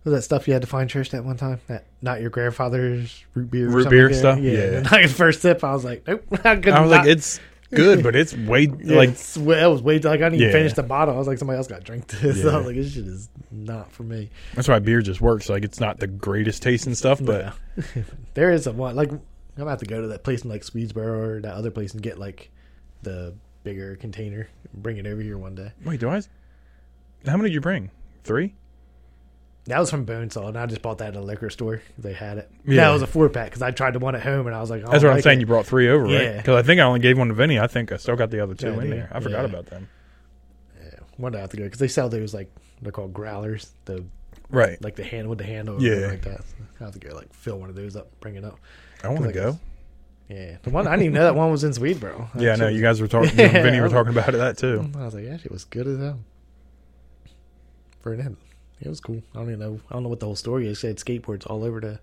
Speaker 2: was that stuff you had to find church that one time? That not your grandfather's root beer, or
Speaker 1: Root
Speaker 2: something
Speaker 1: beer
Speaker 2: like that?
Speaker 1: stuff?
Speaker 2: Yeah.
Speaker 1: Yeah.
Speaker 2: And I- first sip, I was like, nope. I, could
Speaker 1: I was
Speaker 2: not-
Speaker 1: like, it's good, but it's way
Speaker 2: Yeah,
Speaker 1: like
Speaker 2: it's, that was way like I didn't even
Speaker 1: Yeah.
Speaker 2: finish the bottle. I was like, somebody else got drink this. I
Speaker 1: Yeah.
Speaker 2: was like, this shit is not for me.
Speaker 1: that's why beer just works. Like it's not the greatest taste and stuff, but
Speaker 2: Yeah. there is a one like I'm gonna have to go to that place in like Swedesboro or that other place and get like the bigger container, bring it over here one day.
Speaker 1: wait, do I? How many did you bring? Three.
Speaker 2: That was from Bonesaw, and I just bought that at a liquor store. They had it. Yeah,
Speaker 1: Yeah.
Speaker 2: it was a four pack because I tried the one at home and I was like,
Speaker 1: That's
Speaker 2: I don't
Speaker 1: what I'm
Speaker 2: like
Speaker 1: saying.
Speaker 2: it.
Speaker 1: You brought three over, right?
Speaker 2: Yeah.
Speaker 1: Because I think I only gave one to Vinny. I think I still got the other two
Speaker 2: Yeah,
Speaker 1: in
Speaker 2: dude.
Speaker 1: there. I forgot
Speaker 2: Yeah.
Speaker 1: about them.
Speaker 2: one day I have to go because they sell those like they're called growlers, the
Speaker 1: Right.
Speaker 2: like the hand with the handle,
Speaker 1: Yeah.
Speaker 2: yeah, like that. So I have to go like fill one of those up, bring it up.
Speaker 1: I want to
Speaker 2: like
Speaker 1: go.
Speaker 2: Yeah, the one I didn't even know that one was in Swedesboro.
Speaker 1: Yeah, I
Speaker 2: That
Speaker 1: know.
Speaker 2: shit
Speaker 1: You guys were talking.
Speaker 2: Yeah,
Speaker 1: You and Vinny
Speaker 2: I
Speaker 1: were
Speaker 2: was-
Speaker 1: talking about that too.
Speaker 2: I was like, yeah, shit was good as hell. For an end. It was cool. I don't even know. I don't know what the whole story is. They had skateboards all over the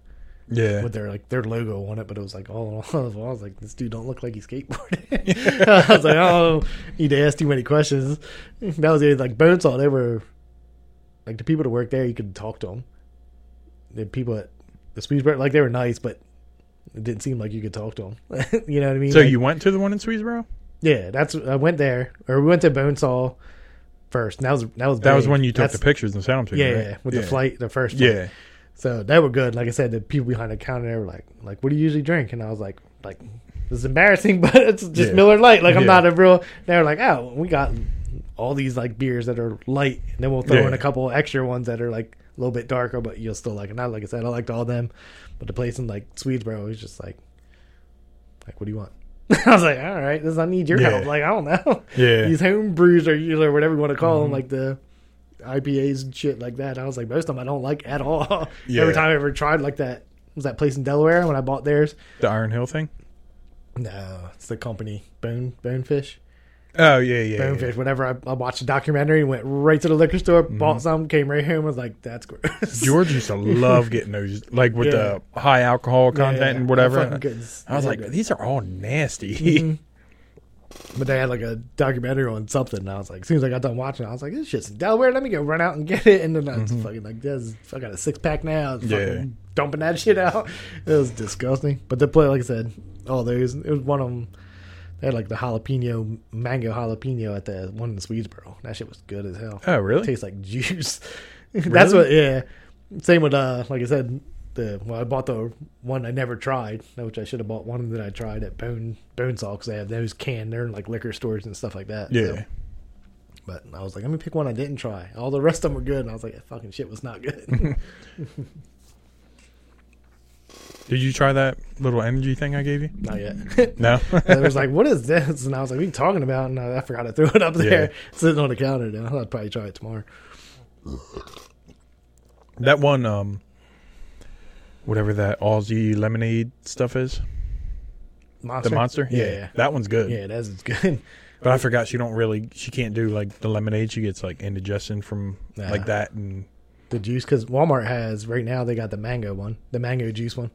Speaker 1: Yeah.
Speaker 2: with their like their logo on it, but it was like all on the wall. I was like, this dude don't look like he skateboarded. I was like, oh, need to ask too many questions. That was it. Like Bonesaw, they were like the people that worked there. You could talk to them. The people at the Speedsburg, like they were nice, but it didn't seem like you could talk to them. you know what I mean?
Speaker 1: So
Speaker 2: Like-
Speaker 1: you went to the one in Swedesboro?
Speaker 2: yeah, that's I went there, or we went to Bonesaw first. And that was that was
Speaker 1: That was
Speaker 2: big.
Speaker 1: when you took
Speaker 2: That's-
Speaker 1: the pictures and sent them to me.
Speaker 2: yeah,
Speaker 1: right?
Speaker 2: yeah, with the flight, the first flight.
Speaker 1: Yeah.
Speaker 2: So they were good. Like I said, the people behind the counter they were like, like, what do you usually drink? And I was like, like this is embarrassing, but it's just
Speaker 1: Yeah.
Speaker 2: Miller Light. Like I'm
Speaker 1: Yeah.
Speaker 2: not a real. They were like, oh, we got all these like beers that are light, and then we'll throw
Speaker 1: Yeah.
Speaker 2: in a couple extra ones that are like a little bit darker, but you'll still like it. Not like I said, I liked all them, but the place in like Swedesboro is just like, like what do you want? I was like, all right, this I need your
Speaker 1: Yeah.
Speaker 2: help. Like I don't know.
Speaker 1: Yeah. Mm-hmm.
Speaker 2: these home brews or you know, whatever you want to call them, like the IPAs and shit like that. I was like, most of them I don't like at all.
Speaker 1: Yeah.
Speaker 2: Every time I ever tried like that was that place in Delaware when I bought theirs.
Speaker 1: The Iron Hill thing.
Speaker 2: No, it's the company Bone Bonefish,
Speaker 1: Oh yeah, yeah. yeah.
Speaker 2: Bonefish. Whatever. I, I watched a documentary, went right to the liquor store,
Speaker 1: Mm-hmm.
Speaker 2: bought some, came right home, was like, that's gross.
Speaker 1: George used to love getting those, like with
Speaker 2: Yeah.
Speaker 1: the high alcohol content
Speaker 2: Yeah,
Speaker 1: and whatever.
Speaker 2: fucking goods.
Speaker 1: I was
Speaker 2: Yeah,
Speaker 1: like,
Speaker 2: good. Mm-hmm.
Speaker 1: these are all nasty.
Speaker 2: but they had like a documentary on something, and I was like, as soon as I got done watching, it, I was like, this shit's in Delaware. Let me go run out and get it. And then I was fucking like, this. I got a six pack now. Fucking
Speaker 1: Yeah.
Speaker 2: dumping that shit out. It was disgusting. But the play, like I said, all those. It was one of them. They had like the jalapeno, mango jalapeno at the one in Swedesboro. That shit was good as hell.
Speaker 1: Oh, really?
Speaker 2: tastes like juice. That's what. Yeah. Same with uh, like I said, the well, I bought the one I never tried, which I should have bought one that I tried at Bone Bone Saw because they have those canned. They're in like liquor stores and stuff like that.
Speaker 1: yeah.
Speaker 2: so- but I was like, let me pick one I didn't try. All the rest of them were good, and I was like, that fucking shit was not good.
Speaker 1: Did you try that little energy thing I gave you?
Speaker 2: not yet.
Speaker 1: No.
Speaker 2: And it was like, what is this? And I was like, what are you talking about? And I, I forgot to throw it up there, sitting on the counter. Now I'd probably try it tomorrow.
Speaker 1: that one, um, whatever that Aussie lemonade stuff is,
Speaker 2: Monster?
Speaker 1: the monster.
Speaker 2: Yeah, yeah,
Speaker 1: that one's good.
Speaker 2: yeah that's good.
Speaker 1: But I forgot she don't really, she can't do like the lemonade. She gets like indigestion from
Speaker 2: Nah.
Speaker 1: like that, and
Speaker 2: The juice because Walmart has right now they got the mango one, the mango juice one.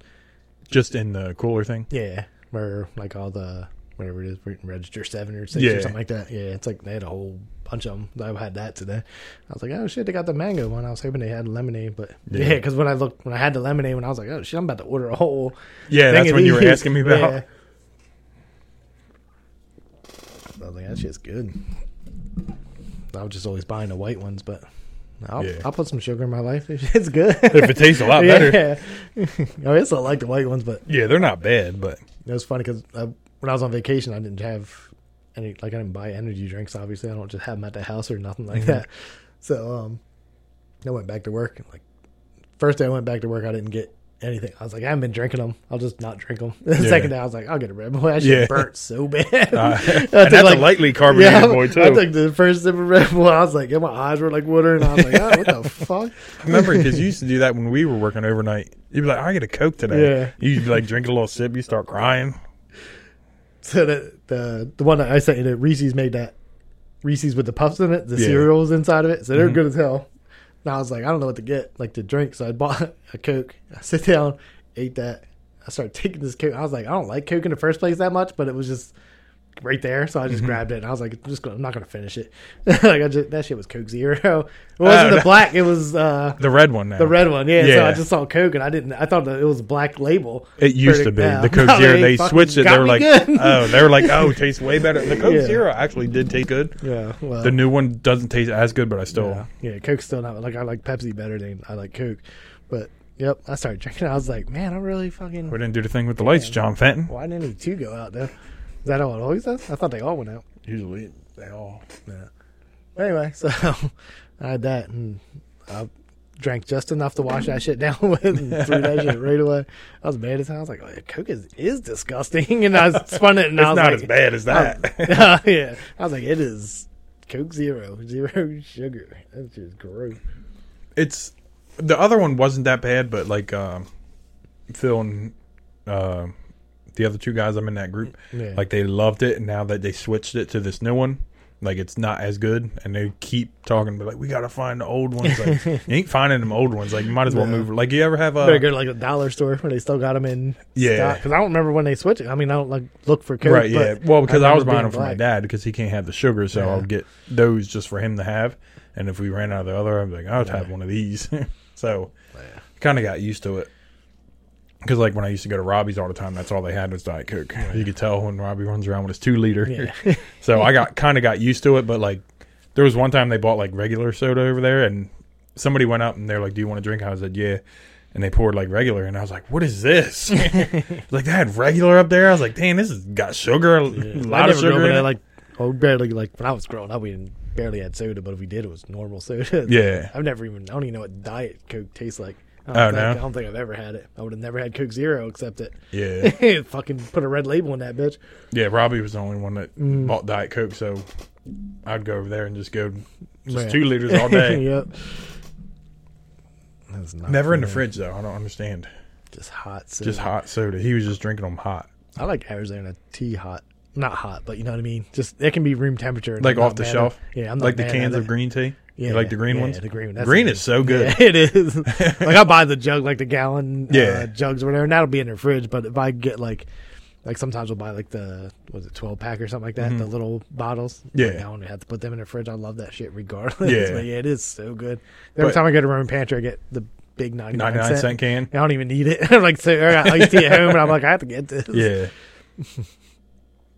Speaker 1: just in the cooler thing.
Speaker 2: Yeah, where like all the whatever it is, re- register seven or six
Speaker 1: Yeah.
Speaker 2: or something like that. Yeah, it's like they had a whole bunch of them. I had that today. I was like, oh shit, they got the mango one. I was hoping they had lemonade, but
Speaker 1: Yeah.
Speaker 2: yeah, because when I looked, when I had the lemonade, when I was like, oh shit, I'm about to order a whole.
Speaker 1: Yeah,
Speaker 2: thing
Speaker 1: that's
Speaker 2: of
Speaker 1: when you were
Speaker 2: these.
Speaker 1: asking me about.
Speaker 2: Yeah. I was like, that shit's good. I was just always buying the white ones, but I'll,
Speaker 1: Yeah.
Speaker 2: I'll put some sugar in my life. It's good.
Speaker 1: If it tastes a lot better.
Speaker 2: Yeah. I still like the white ones, but
Speaker 1: Yeah, they're not bad, but
Speaker 2: it was funny because when I was on vacation, I didn't have any, like, I didn't buy energy drinks, obviously. I don't just have them at the house or nothing
Speaker 1: Mm-hmm.
Speaker 2: like that. So, um, I went back to work. And, like, first day I went back to work, I didn't get anything. I was like, I haven't been drinking them. I'll just not drink them. The
Speaker 1: Yeah.
Speaker 2: second day, I was like, I'll get a Red Bull. That shit
Speaker 1: Yeah.
Speaker 2: burnt so bad.
Speaker 1: uh,
Speaker 2: I
Speaker 1: and
Speaker 2: took,
Speaker 1: that's
Speaker 2: like-
Speaker 1: a lightly carbonated
Speaker 2: yeah,
Speaker 1: boy
Speaker 2: I
Speaker 1: too.
Speaker 2: took the first sip of Red Bull. I was like, yeah, my eyes were like watering. I was like, oh, what the fuck?
Speaker 1: I remember because you used to do that when we were working overnight. You'd be like, "I get a Coke today." You'd be like, drink a little sip, you start crying.
Speaker 2: So the the, the one that I sent you, that Reese's made that Reese's with the puffs in it, the
Speaker 1: Yeah.
Speaker 2: cereals inside of it. So they're
Speaker 1: Mhm.
Speaker 2: good as hell. And I was like, I don't know what to get, like to drink. So I bought a Coke. I sit down, ate that. I started taking this Coke. I was like, I don't like Coke in the first place that much, but it was just right there. So
Speaker 1: Mm-hmm.
Speaker 2: I just grabbed it. And I was like, I'm just gonna, I'm not gonna finish it. like I just, that shit was Coke Zero. It wasn't
Speaker 1: Oh,
Speaker 2: the
Speaker 1: no.
Speaker 2: black. It was uh,
Speaker 1: The red one now.
Speaker 2: the red one. Yeah, So
Speaker 1: Yeah.
Speaker 2: I just saw Coke, and I didn't. I thought that it was a black label.
Speaker 1: It used to
Speaker 2: Pretty-
Speaker 1: be
Speaker 2: yeah.
Speaker 1: the Coke
Speaker 2: No,
Speaker 1: Zero.
Speaker 2: they
Speaker 1: They
Speaker 2: fucking
Speaker 1: switched it.
Speaker 2: got
Speaker 1: They were
Speaker 2: me
Speaker 1: like,
Speaker 2: good.
Speaker 1: "Oh, they were like, oh, it tastes way better." The Coke
Speaker 2: Yeah.
Speaker 1: Zero actually did taste good.
Speaker 2: Yeah. Well,
Speaker 1: The new one doesn't taste as good, but I still.
Speaker 2: Yeah. yeah, Coke's still not like I like Pepsi better than I like Coke. But yep, I started drinking. I was like, man, I'm really fucking.
Speaker 1: We didn't do the thing with the lights, John Fenton.
Speaker 2: Why didn't he two go out though? Is that how it always does? I thought they all went out.
Speaker 1: Usually they all.
Speaker 2: Anyway, so I had that and I drank just enough to wash that shit down with and threw that shit right away. I was mad as hell. I was like, oh, yeah, Coke is, is disgusting. And I spun it and I
Speaker 1: It's
Speaker 2: was
Speaker 1: not
Speaker 2: like,
Speaker 1: as bad as that.
Speaker 2: Oh, yeah. I was like, it is Coke Zero, zero sugar. That's just gross.
Speaker 1: it's the other one wasn't that bad, but like um, Phil and uh, the other two guys I'm in that group,
Speaker 2: Yeah.
Speaker 1: like they loved it, and now that they switched it to this new one, like it's not as good, and they keep talking, but like we gotta find the old ones. Like, you ain't finding them old ones. Like you might as well
Speaker 2: No.
Speaker 1: move. Like you ever have a
Speaker 2: Better go to like a dollar store where they still got them in
Speaker 1: Uh, Yeah.
Speaker 2: because I don't remember when they switched it. I mean, I don't like look for Coke,
Speaker 1: right? Yeah.
Speaker 2: but
Speaker 1: Well, because I, was
Speaker 2: remember
Speaker 1: buying them
Speaker 2: being
Speaker 1: for my
Speaker 2: black.
Speaker 1: dad because he can't have the sugar, so
Speaker 2: Yeah.
Speaker 1: I'll get those just for him to have. And if we ran out of the other, I'd be like, I'll have one of these. so, kind of got used to it. Because like when I used to go to Robbie's all the time, that's all they had was Diet Coke. You could tell when Robbie runs around with his two liter.
Speaker 2: Oh, Yeah,
Speaker 1: so I got kind of got used to it, but like there was one time they bought like regular soda over there, and somebody went up and they're like, "Do you want a drink?" I was like, "Yeah." And they poured like regular, and I was like, "What is this?" like they had regular up there. I was like, "Damn, this has got sugar, a
Speaker 2: Yeah. I
Speaker 1: lot of
Speaker 2: never grew up
Speaker 1: sugar."
Speaker 2: with
Speaker 1: In
Speaker 2: that,
Speaker 1: it.
Speaker 2: Like, oh, barely like when I was growing up, we didn't barely had soda, but if we did, it was normal soda.
Speaker 1: yeah,
Speaker 2: I've never even I don't even know what Diet Coke tastes like. I
Speaker 1: Oh,
Speaker 2: don't think,
Speaker 1: no?
Speaker 2: I don't think I've ever had it. I would have never had Coke Zero except
Speaker 1: yeah,
Speaker 2: it. Fucking put a red label on that bitch.
Speaker 1: yeah. Robbie was the only one that
Speaker 2: Mm.
Speaker 1: bought Diet Coke, so I'd go over there and just go just
Speaker 2: Man.
Speaker 1: two liters all day.
Speaker 2: yep. That's not
Speaker 1: Never in the
Speaker 2: good.
Speaker 1: fridge though. I don't understand.
Speaker 2: Just hot. Soda.
Speaker 1: Just hot soda. He was just drinking them hot,
Speaker 2: I like Arizona tea hot. Not hot, but you know what I mean. Just it can be room temperature, and
Speaker 1: like
Speaker 2: I'm
Speaker 1: off
Speaker 2: not
Speaker 1: the
Speaker 2: mad
Speaker 1: shelf.
Speaker 2: At, yeah, I'm not
Speaker 1: like the
Speaker 2: mad
Speaker 1: cans
Speaker 2: at
Speaker 1: of
Speaker 2: it.
Speaker 1: green tea.
Speaker 2: Yeah,
Speaker 1: you like the green
Speaker 2: yeah,
Speaker 1: ones.
Speaker 2: The green, that's
Speaker 1: green
Speaker 2: the-
Speaker 1: is so good.
Speaker 2: Yeah, it is. like I buy the jug, like the gallon
Speaker 1: Yeah.
Speaker 2: uh, jugs or whatever, and that'll be in their fridge. But if I get like, like sometimes we'll buy like the was it twelve pack or something like that, the little bottles.
Speaker 1: Mm-hmm. Yeah.
Speaker 2: like, I don't have to put them in the fridge. I love that shit regardless.
Speaker 1: Yeah.
Speaker 2: but yeah, it is so good. Every
Speaker 1: But-
Speaker 2: time I go to Roman Pantry, I get the big ninety nine
Speaker 1: 99
Speaker 2: cent.
Speaker 1: cent, can.
Speaker 2: I don't even need it. I'm like, so I got iced tea at home, and I'm like, I have to get this.
Speaker 1: Yeah.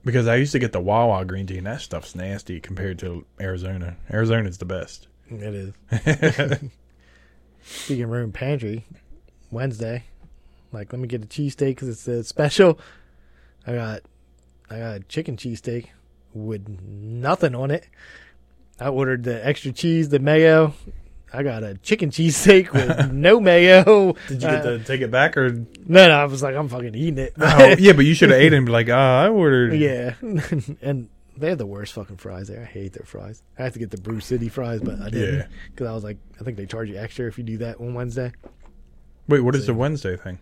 Speaker 1: because I used to get the Wawa green tea, and that stuff's nasty compared to Arizona. Arizona's the best.
Speaker 2: It is. Speaking of room pantry, Wednesday, like let me get a cheesesteak because it's a special. I got, I got a chicken cheesesteak with nothing on it. I ordered the extra cheese, the mayo. I got a chicken cheesesteak with no mayo.
Speaker 1: Did you get
Speaker 2: Uh,
Speaker 1: to take it back, or
Speaker 2: No, no, I was like, I'm fucking eating it.
Speaker 1: oh, yeah? But you should have ate it and be like, "Ah, I ordered."
Speaker 2: yeah, and they had the worst fucking fries there. I hate their fries. I had to get the Brew City fries, but I
Speaker 1: Yeah.
Speaker 2: didn't because I was like, I think they charge you extra if you do that on Wednesday.
Speaker 1: Wait, what is the Wednesday thing?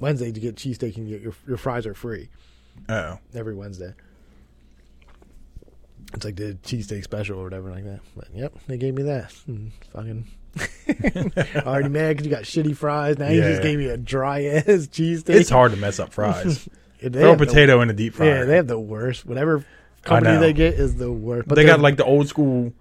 Speaker 2: Wednesday to get cheesesteak and get your, your fries are free
Speaker 1: Oh,
Speaker 2: every Wednesday. It's like the cheesesteak special or whatever like that. But yep, they gave me that. Mm, fucking already mad because you got shitty fries. Now you
Speaker 1: Yeah.
Speaker 2: just gave me a dry ass cheesesteak.
Speaker 1: it's hard to mess up fries.
Speaker 2: They
Speaker 1: Throw a
Speaker 2: have the-
Speaker 1: potato in a deep fryer.
Speaker 2: yeah, they have the worst. Whatever company
Speaker 1: know.
Speaker 2: they get is the worst.
Speaker 1: they
Speaker 2: they're-
Speaker 1: got like the old school,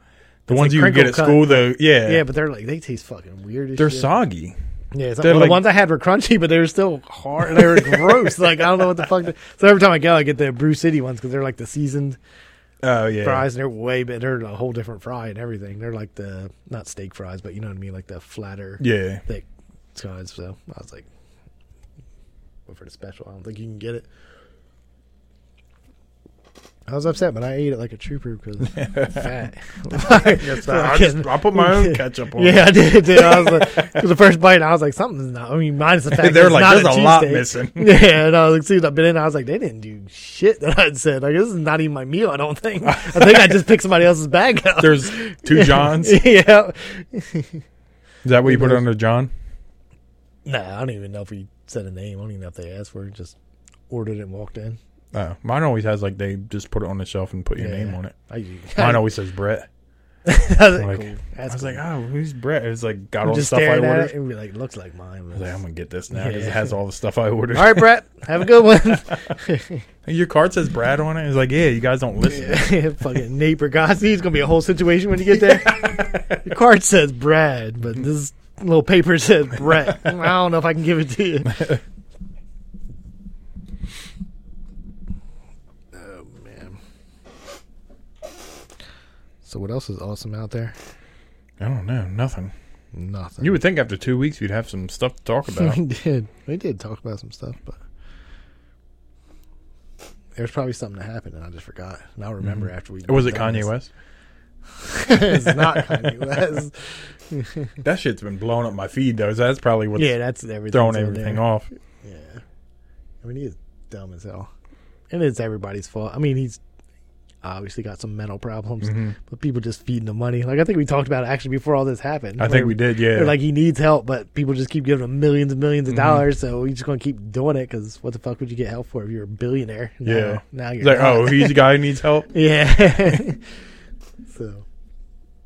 Speaker 1: the
Speaker 2: It's
Speaker 1: ones
Speaker 2: like
Speaker 1: you get
Speaker 2: crinkle
Speaker 1: at
Speaker 2: cut.
Speaker 1: school. The yeah,
Speaker 2: yeah, but they're like they taste fucking weird. As
Speaker 1: they're
Speaker 2: shit.
Speaker 1: soggy.
Speaker 2: Yeah, it's
Speaker 1: they're
Speaker 2: well,
Speaker 1: like-
Speaker 2: the ones I had were crunchy, but they were still hard. They were gross. Like I don't know what the fuck. they- so every time I go, I get the Brew City ones because they're like the seasoned
Speaker 1: Oh yeah,
Speaker 2: fries, and they're way better. They're a whole different fry and everything. They're like the not steak fries, but you know what I mean, like the flatter
Speaker 1: yeah.
Speaker 2: thick sides. So I was like, but for the special, I don't think you can get it. I was upset, but I ate it like a trooper because fat.
Speaker 1: That's I, just, I put my own ketchup on.
Speaker 2: Yeah, I did. Dude. I was like, 'cause the first bite, I was like, something's not. I mean, minus the fact
Speaker 1: They're
Speaker 2: that
Speaker 1: like,
Speaker 2: it's not
Speaker 1: "There's a
Speaker 2: a
Speaker 1: lot
Speaker 2: cheesesteak."
Speaker 1: missing.
Speaker 2: Yeah, and I was like, see, I've been in. I was like, they didn't do shit that I'd said. Like, this is not even my meal. I don't think. I think I just picked somebody else's bag up.
Speaker 1: There's two Johns. Is
Speaker 2: yeah.
Speaker 1: that what you put it under John?
Speaker 2: Nah, I don't even know if we said a name. I don't even know if they asked for it. Just ordered it and walked in.
Speaker 1: Oh, mine always has like they just put it on the shelf and put your
Speaker 2: Yeah.
Speaker 1: name on it.
Speaker 2: I,
Speaker 1: Mine always says Brett.
Speaker 2: I was like,
Speaker 1: Like,
Speaker 2: cool.
Speaker 1: I
Speaker 2: That's
Speaker 1: was
Speaker 2: cool.
Speaker 1: like, oh, who's Brett? It's like got
Speaker 2: I'm
Speaker 1: all the
Speaker 2: just
Speaker 1: stuff I
Speaker 2: staring at
Speaker 1: ordered.
Speaker 2: it and be like, looks like mine.
Speaker 1: I was like, I'm gonna get this now because
Speaker 2: Yeah.
Speaker 1: it has all the stuff I ordered.
Speaker 2: All right, Brett, have a good one.
Speaker 1: And Your card says Brad on it. It's like, yeah, you guys don't listen.
Speaker 2: Yeah, fucking Nate Bergazzi. It's gonna be a whole situation when you get there. Your card says Brad,
Speaker 1: Mm-hmm.
Speaker 2: but this little paper says Brett. I don't know if I can give it to you. oh man. So what else is awesome out there?
Speaker 1: I don't know, nothing.
Speaker 2: Nothing.
Speaker 1: You would think after two weeks you'd have some stuff to talk about.
Speaker 2: we did. We did talk about some stuff, but there's probably something that happened and I just forgot. And I'll remember after we.
Speaker 1: Mm-hmm. Or was it
Speaker 2: done
Speaker 1: Kanye
Speaker 2: this.
Speaker 1: West?
Speaker 2: it's not Kanye West.
Speaker 1: That shit's been blowing up my feed though. So that's probably what's
Speaker 2: yeah, that's everything.
Speaker 1: throwing everything off.
Speaker 2: Yeah, I mean he's dumb as hell, and it's everybody's fault. I mean he's obviously got some mental problems,
Speaker 1: Mm-hmm.
Speaker 2: but people just feeding him money. Like I think we talked about it actually before all this happened.
Speaker 1: I think we did. Mm-hmm. Yeah,
Speaker 2: Or like he needs help, but people just keep giving him millions and 1000000s of dollars. So he's just gonna keep doing it because what the fuck would you get help for if you're a billionaire? Now-
Speaker 1: Yeah.
Speaker 2: now you're
Speaker 1: It's like,
Speaker 2: not.
Speaker 1: oh, he's the guy who needs help.
Speaker 2: Yeah. so,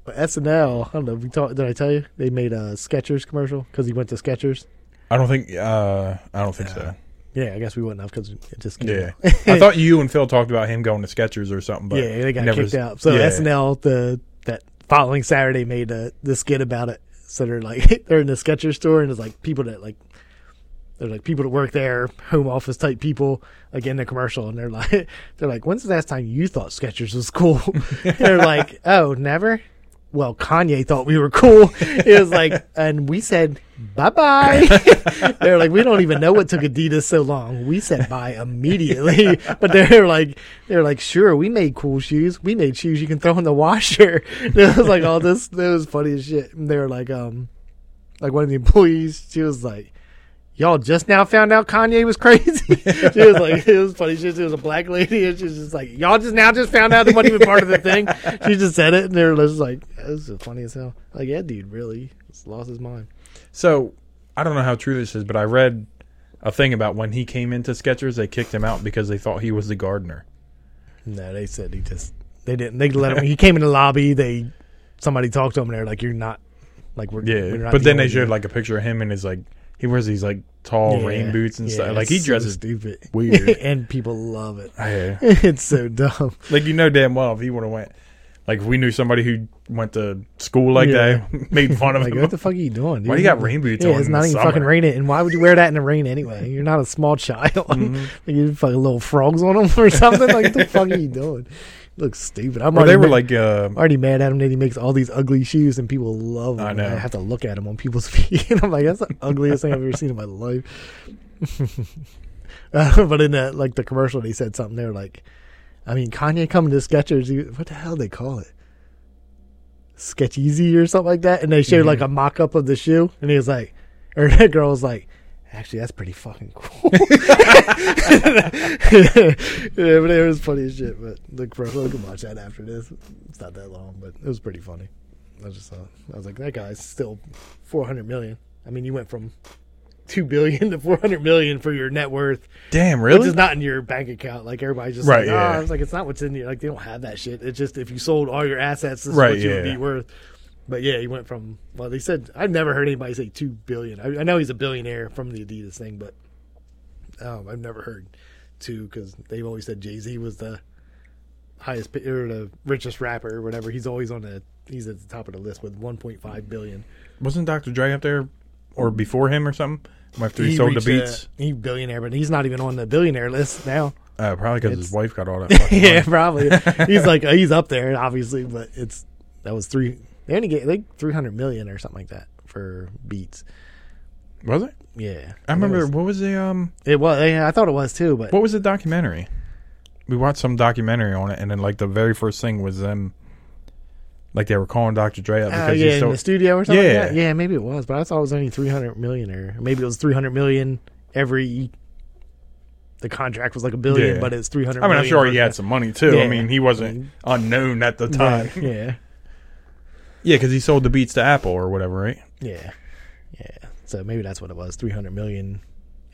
Speaker 2: but SNL, I don't know. if We talked. Did I tell you they made a Skechers commercial because he went to Skechers?
Speaker 1: I don't think. Uh, I don't think so.
Speaker 2: Yeah, I guess we wouldn't have because it just came
Speaker 1: Yeah,
Speaker 2: out.
Speaker 1: I thought you and Phil talked about him going to Skechers or something, but
Speaker 2: yeah, they got
Speaker 1: never-
Speaker 2: kicked out. So
Speaker 1: yeah.
Speaker 2: SNL the that following Saturday made a, the skit about it. So they're like they're in the Skechers store and it's like people that like they're like people that work there, home office type people, like in the commercial, and they're like they're like, when's the last time you thought Skechers was cool? And they're like, oh, never. Well, Kanye thought we were cool. It was like, and we said bye bye. they're like, we don't even know what took Adidas so long. We said bye immediately. But they're like, they're like, sure, we made cool shoes. We made shoes you can throw in the washer. It was like all this. It was funny as shit. And they were like, um, like one of the employees, she was like, y'all just now found out Kanye was crazy. she was like, it was funny. She was, it was a black lady, and she was just like, y'all just now just found out it wasn't even part of the thing. She just said it, and they were just like, this is funny as hell. Like, yeah, dude, really just lost his mind.
Speaker 1: So I don't know how true this is, but I read a thing about when he came into Skechers, they kicked him out because they thought he was the gardener.
Speaker 2: No, they said he just they didn't. They let him. he came in the lobby. They somebody talked to him. and They're like, you're not like we're we're
Speaker 1: Yeah,
Speaker 2: not
Speaker 1: but then
Speaker 2: dealing
Speaker 1: they
Speaker 2: with you."
Speaker 1: showed like a picture of him and his like he wears these like tall
Speaker 2: Yeah,
Speaker 1: rain boots and
Speaker 2: yeah,
Speaker 1: stuff. Like
Speaker 2: it's
Speaker 1: he
Speaker 2: so
Speaker 1: dresses.
Speaker 2: stupid
Speaker 1: weird.
Speaker 2: and people love it.
Speaker 1: Yeah.
Speaker 2: It's so dumb.
Speaker 1: Like you know damn well if he would have went, like if we knew somebody who went to school like
Speaker 2: Yeah.
Speaker 1: that, made fun of
Speaker 2: Like,
Speaker 1: him.
Speaker 2: what the fuck are you doing? Dude?
Speaker 1: Why do you got rain boots
Speaker 2: Yeah,
Speaker 1: on
Speaker 2: it's
Speaker 1: in
Speaker 2: not
Speaker 1: the
Speaker 2: even
Speaker 1: summer?
Speaker 2: fucking raining. And why would you wear that in the rain anyway? You're not a small child.
Speaker 1: Mm-hmm.
Speaker 2: Like, you fucking little frogs on them or something. Like, what the fuck are you doing? Looks stupid. I'm
Speaker 1: Or
Speaker 2: already
Speaker 1: they were
Speaker 2: ma-
Speaker 1: like, uh,
Speaker 2: already mad at him that he makes all these ugly shoes and people love them.
Speaker 1: I
Speaker 2: and I
Speaker 1: know.
Speaker 2: have to look at him on people's feet. And I'm like, that's the ugliest thing I've ever seen in my life. Uh, but in that, like the commercial, they said something. They were like, I mean, Kanye coming to Skechers. you- What the hell they call it? Sketch Easy or something like that. And they showed
Speaker 1: Mm-hmm.
Speaker 2: like a mock up of the shoe. And he was like, or that girl was like, actually, that's pretty fucking cool. yeah, but it was funny as shit. But the commercial, we can watch that after this. It's not that long, but it was pretty funny. I just thought, I was like, that guy's still 400 million. I mean, you went from 2 billion to 400 million for your net worth,
Speaker 1: damn,
Speaker 2: which
Speaker 1: really?
Speaker 2: is not in your bank account. Like, everybody's just
Speaker 1: Right,
Speaker 2: like,
Speaker 1: yeah.
Speaker 2: oh, it's like, it's not what's in your, like, they don't have that shit. It's just if you sold all your assets, this
Speaker 1: Right,
Speaker 2: is what you would
Speaker 1: yeah.
Speaker 2: be worth. But yeah, he went from, well, they said, I've never heard anybody say 2 billion. I, I know he's a billionaire from the Adidas thing, but um, I've never heard too because they've always said Jay Z was the highest pa- or the richest rapper or whatever. He's always on the he's at the top of the list with 1.5 billion.
Speaker 1: Wasn't Dr. Dre up there or before him or something? After he,
Speaker 2: He
Speaker 1: sold the
Speaker 2: reached a-
Speaker 1: beats,
Speaker 2: he billionaire, but he's not even on the billionaire list now.
Speaker 1: uh, probably because his
Speaker 2: It's-
Speaker 1: wife got all that. fucking money.
Speaker 2: yeah, probably. He's like he's up there, obviously, but it's that was three. They only get like three hundred million or something like that for beats.
Speaker 1: was it?
Speaker 2: Yeah,
Speaker 1: I remember
Speaker 2: it was.
Speaker 1: what was the um
Speaker 2: It was yeah, I thought it was too, but
Speaker 1: what was the documentary? We watched some documentary on it, and then like the very first thing was them, like they were calling Dr. Dre up
Speaker 2: Oh,
Speaker 1: because
Speaker 2: yeah,
Speaker 1: he's
Speaker 2: in
Speaker 1: so
Speaker 2: the studio or something.
Speaker 1: Yeah.
Speaker 2: like that? yeah, maybe it was, but I thought it was only three hundred million or maybe it was three hundred million every. The contract was like a billion,
Speaker 1: Yeah.
Speaker 2: but it's three hundred.
Speaker 1: I mean, I'm sure he had some money too. I
Speaker 2: Yeah. Mm-hmm.
Speaker 1: mean, he wasn't unknown at the time.
Speaker 2: Yeah, yeah,
Speaker 1: Yeah, because he sold the beats to Apple or whatever, right?
Speaker 2: yeah, yeah. So maybe that's what it was. Three hundred million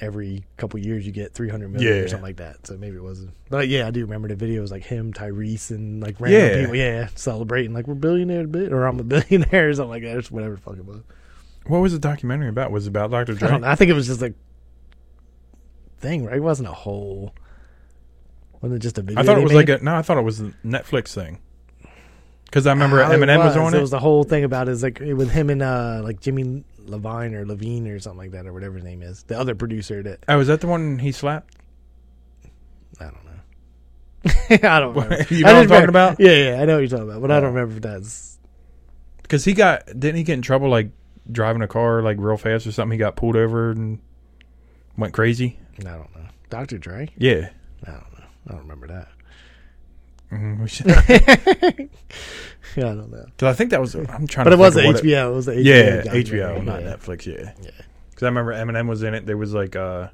Speaker 2: every couple years, you get three hundred million
Speaker 1: Yeah.
Speaker 2: or something like that. So maybe it was. But yeah, I do remember the videos like him, Tyrese, and like random
Speaker 1: Yeah.
Speaker 2: people. Yeah, celebrating like we're billionaires, bit or I'm a billionaire or something like that. It's whatever the fuck it was.
Speaker 1: What was the documentary about? Was it about Dr.
Speaker 2: I don't
Speaker 1: Dre?
Speaker 2: know. I think it was just a thing, right? It wasn't a whole. Wasn't it just a video?
Speaker 1: I thought
Speaker 2: they
Speaker 1: it was
Speaker 2: made?
Speaker 1: like a no. I thought it was a Netflix thing. Because I remember
Speaker 2: Oh,
Speaker 1: Eminem was, on
Speaker 2: It
Speaker 1: it.
Speaker 2: was the whole thing about is like with him and uh like Jimmy Levine or Levine or something like that or whatever his name is, the other producer that
Speaker 1: oh, is that the one he slapped?
Speaker 2: I don't know. I don't.
Speaker 1: You know
Speaker 2: Remember. I
Speaker 1: what I'm
Speaker 2: just
Speaker 1: talking
Speaker 2: remember-
Speaker 1: about?
Speaker 2: Yeah, yeah, I know what you're talking about, but I
Speaker 1: Oh.
Speaker 2: don't remember if that's.
Speaker 1: Because he got didn't he get in trouble like driving a car like real fast or something? He got pulled over and went crazy.
Speaker 2: I don't know. Dr. Dre?
Speaker 1: Yeah.
Speaker 2: I don't know. I don't remember that. Mm-hmm.
Speaker 1: Mhm, we should- 'Cause
Speaker 2: Yeah, I don't know.
Speaker 1: I think that was. I'm trying.
Speaker 2: But
Speaker 1: to
Speaker 2: it was
Speaker 1: think of what
Speaker 2: HBO. It was the HBO.
Speaker 1: yeah,
Speaker 2: documentary.
Speaker 1: HBO, not
Speaker 2: Yeah.
Speaker 1: Netflix. Yeah.
Speaker 2: Yeah.
Speaker 1: Because I remember Eminem was in it. There was like, uh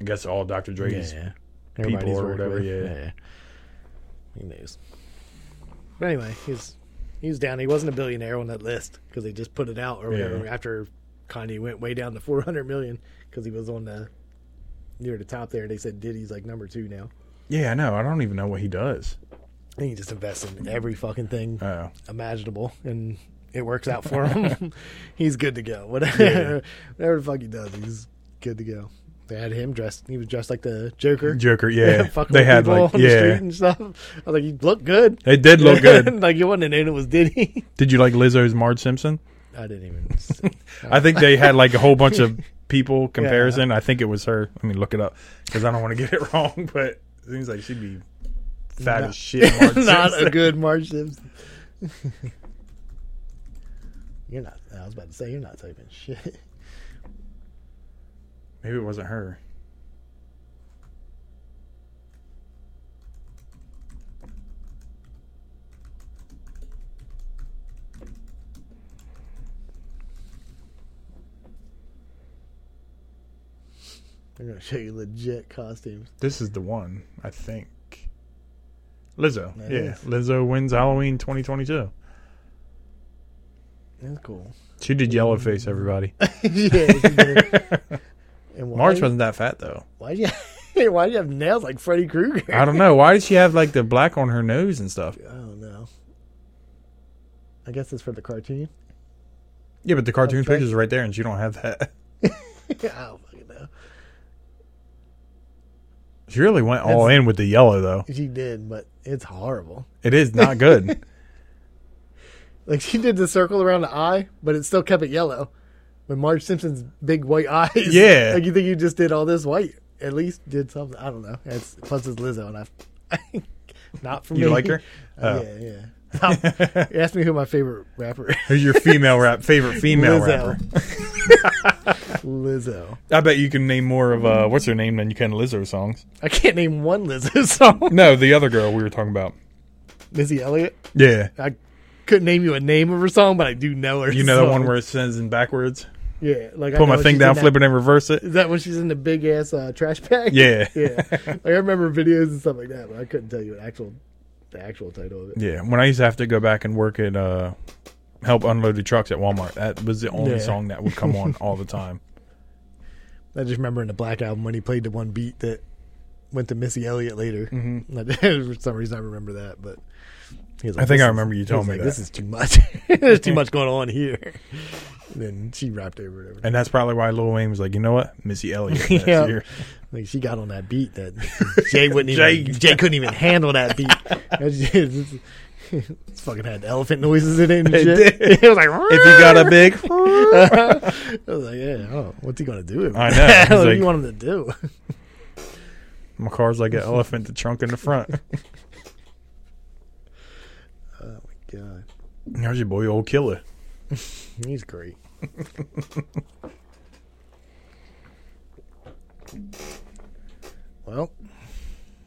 Speaker 1: I guess all Dr. Dre's.
Speaker 2: yeah.
Speaker 1: people
Speaker 2: Everybody's
Speaker 1: or
Speaker 2: worked
Speaker 1: whatever,
Speaker 2: with,
Speaker 1: yeah.
Speaker 2: He knows. But anyway, he's he was down. He wasn't a billionaire on that list because they just put it out or whatever
Speaker 1: Yeah.
Speaker 2: after Kanye went way down to four hundred million because he was on the near the top there. They said Diddy's like number two now.
Speaker 1: Yeah, I know. I don't even know what he does.
Speaker 2: And he just invests in every fucking thing
Speaker 1: Oh,
Speaker 2: imaginable and it works out for him. he's good to go.
Speaker 1: Yeah.
Speaker 2: Whatever, whatever the fuck he does, he's good to go. They had him dressed. He was dressed like the Joker.
Speaker 1: Joker. Yeah,
Speaker 2: fucking
Speaker 1: they
Speaker 2: with
Speaker 1: had
Speaker 2: people
Speaker 1: like
Speaker 2: on the street
Speaker 1: yeah,
Speaker 2: and stuff. I was like, you look good.
Speaker 1: they did look good.
Speaker 2: like you wasn't in it was Diddy.
Speaker 1: Did you like Lizzo's Marge Simpson?
Speaker 2: I didn't even. See.
Speaker 1: I think they had like a whole bunch of people comparison. I think it was her. Let me look it up because I don't want to get it wrong. But it seems like she'd be fat
Speaker 2: Not-
Speaker 1: as shit. Marge
Speaker 2: not
Speaker 1: Simpson.
Speaker 2: a good Marge Simpson. you're not. I was about to say you're not typing shit.
Speaker 1: Maybe it wasn't her.
Speaker 2: I'm gonna show you legit costumes.
Speaker 1: This is the one, I think. Lizzo.
Speaker 2: That
Speaker 1: yeah.
Speaker 2: is.
Speaker 1: Lizzo wins Halloween 2022.
Speaker 2: That's cool.
Speaker 1: She did yellow face, everybody.
Speaker 2: yeah. she did. and why,
Speaker 1: March wasn't that fat, though.
Speaker 2: Why do you? Why do you have nails like Freddy Krueger?
Speaker 1: I don't know. Why did she have, like, the black on her nose and stuff?
Speaker 2: I don't know. I guess it's for the cartoon.
Speaker 1: Yeah, but the cartoon
Speaker 2: Okay.
Speaker 1: pictures are right there, and she don't have that.
Speaker 2: I don't fucking know.
Speaker 1: She really went all
Speaker 2: That's-
Speaker 1: in with the yellow, though.
Speaker 2: She did, but it's horrible.
Speaker 1: It is not good.
Speaker 2: Like she did the circle around the eye, but it still kept it yellow. With Marge Simpson's big white eyes.
Speaker 1: Yeah.
Speaker 2: Like you think you just did all this white. At least did something. I don't know. It's plus it's Lizzo and I not for me.
Speaker 1: you like her?
Speaker 2: Uh,
Speaker 1: Oh.
Speaker 2: Yeah, yeah. Stop. you asked me who my favorite rapper is.
Speaker 1: Who's your female rap favorite female rapper?
Speaker 2: Lizzo.
Speaker 1: I bet you can name more of uh, what's her name than you can Lizzo songs.
Speaker 2: I can't name one Lizzo song.
Speaker 1: No, the other girl we were talking about.
Speaker 2: Missy Elliott.
Speaker 1: Yeah,
Speaker 2: I couldn't name you a name of her song, but I do know her.
Speaker 1: you know the
Speaker 2: song.
Speaker 1: one where it sends in backwards.
Speaker 2: yeah, like I
Speaker 1: Pull my
Speaker 2: know
Speaker 1: thing
Speaker 2: she's
Speaker 1: down,
Speaker 2: in that-
Speaker 1: flip it, and reverse it.
Speaker 2: Is that when she's in the big ass uh, trash bag?
Speaker 1: Yeah.
Speaker 2: yeah. Like I remember videos and stuff like that, but I couldn't tell you an actual, the actual title of it.
Speaker 1: Yeah, when I used to have to go back and work at uh, help unload the trucks at Walmart, that was the only
Speaker 2: Yeah.
Speaker 1: song that would come on all the time.
Speaker 2: I just remember in the Black album when he played the one beat that went to Missy Elliott later.
Speaker 1: Mhm.
Speaker 2: Mm-hmm. For some reason, I remember that, but. he was
Speaker 1: I think
Speaker 2: "This
Speaker 1: I
Speaker 2: is-"
Speaker 1: remember you
Speaker 2: he was
Speaker 1: telling me
Speaker 2: like,
Speaker 1: that.
Speaker 2: This is too much. There's too much going on here. And then she rapped over it. Over.
Speaker 1: And that's probably why Lil Wayne was like, you know what, Missy Elliott.
Speaker 2: Yeah.
Speaker 1: That's your-
Speaker 2: Like she got on that beat that Jay wouldn't even.
Speaker 1: Jay-
Speaker 2: Jay couldn't even handle that beat. That's just- it's, it's fucking had elephant noises in it. And
Speaker 1: It
Speaker 2: shit.
Speaker 1: did.
Speaker 2: It was like
Speaker 1: If you got a big,
Speaker 2: I was like, yeah, oh, what's he gonna do? with
Speaker 1: I
Speaker 2: it?
Speaker 1: know. He's
Speaker 2: what do
Speaker 1: like-
Speaker 2: you want him to do? Oh
Speaker 1: my car's like an elephant, the trunk in the front.
Speaker 2: God,
Speaker 1: How's your boy, old killer?
Speaker 2: he's great. well,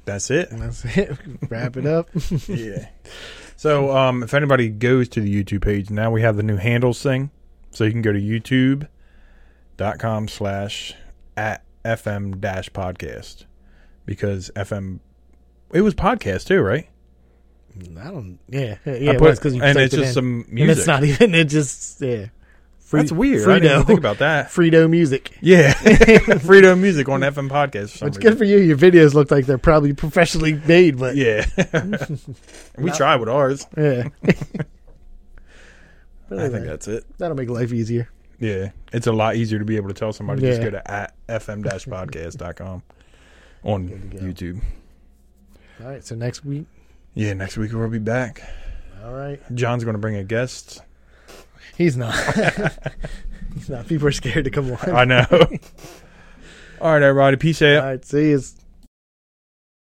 Speaker 1: That's it.
Speaker 2: that's it. Wrap it up.
Speaker 1: yeah. So, um, if anybody goes to the YouTube page, now we have the new handles thing. So you can go to youtube.com slash at FM dash podcast because FM, it was podcast too, right?
Speaker 2: I don't. Yeah, yeah.
Speaker 1: I
Speaker 2: it
Speaker 1: put-
Speaker 2: was 'cause you
Speaker 1: and
Speaker 2: typed
Speaker 1: it's
Speaker 2: it
Speaker 1: just
Speaker 2: in.
Speaker 1: some
Speaker 2: And
Speaker 1: music.
Speaker 2: it's not even. It just yeah. Free,
Speaker 1: That's weird. I didn't even
Speaker 2: Frito,
Speaker 1: think about that.
Speaker 2: Frito music.
Speaker 1: Yeah. Freedom music on FM podcast. For some
Speaker 2: It's good
Speaker 1: reason.
Speaker 2: for you. Your videos look like they're probably professionally made, but yeah.
Speaker 1: Yeah. we tried with ours.
Speaker 2: But
Speaker 1: I think
Speaker 2: anyway,
Speaker 1: that's it.
Speaker 2: that'll make life easier.
Speaker 1: Yeah. It's a lot easier to be able to tell somebody just
Speaker 2: Yeah.
Speaker 1: go to at fm podcast.com on
Speaker 2: Good to go.
Speaker 1: YouTube.
Speaker 2: All right. So next week.
Speaker 1: Yeah, next week we'll be back.
Speaker 2: All right.
Speaker 1: John's going to bring a guest.
Speaker 2: He's not. He's not. People are scared to come on.
Speaker 1: I know. All right, everybody. Peace out.
Speaker 2: All right. See you.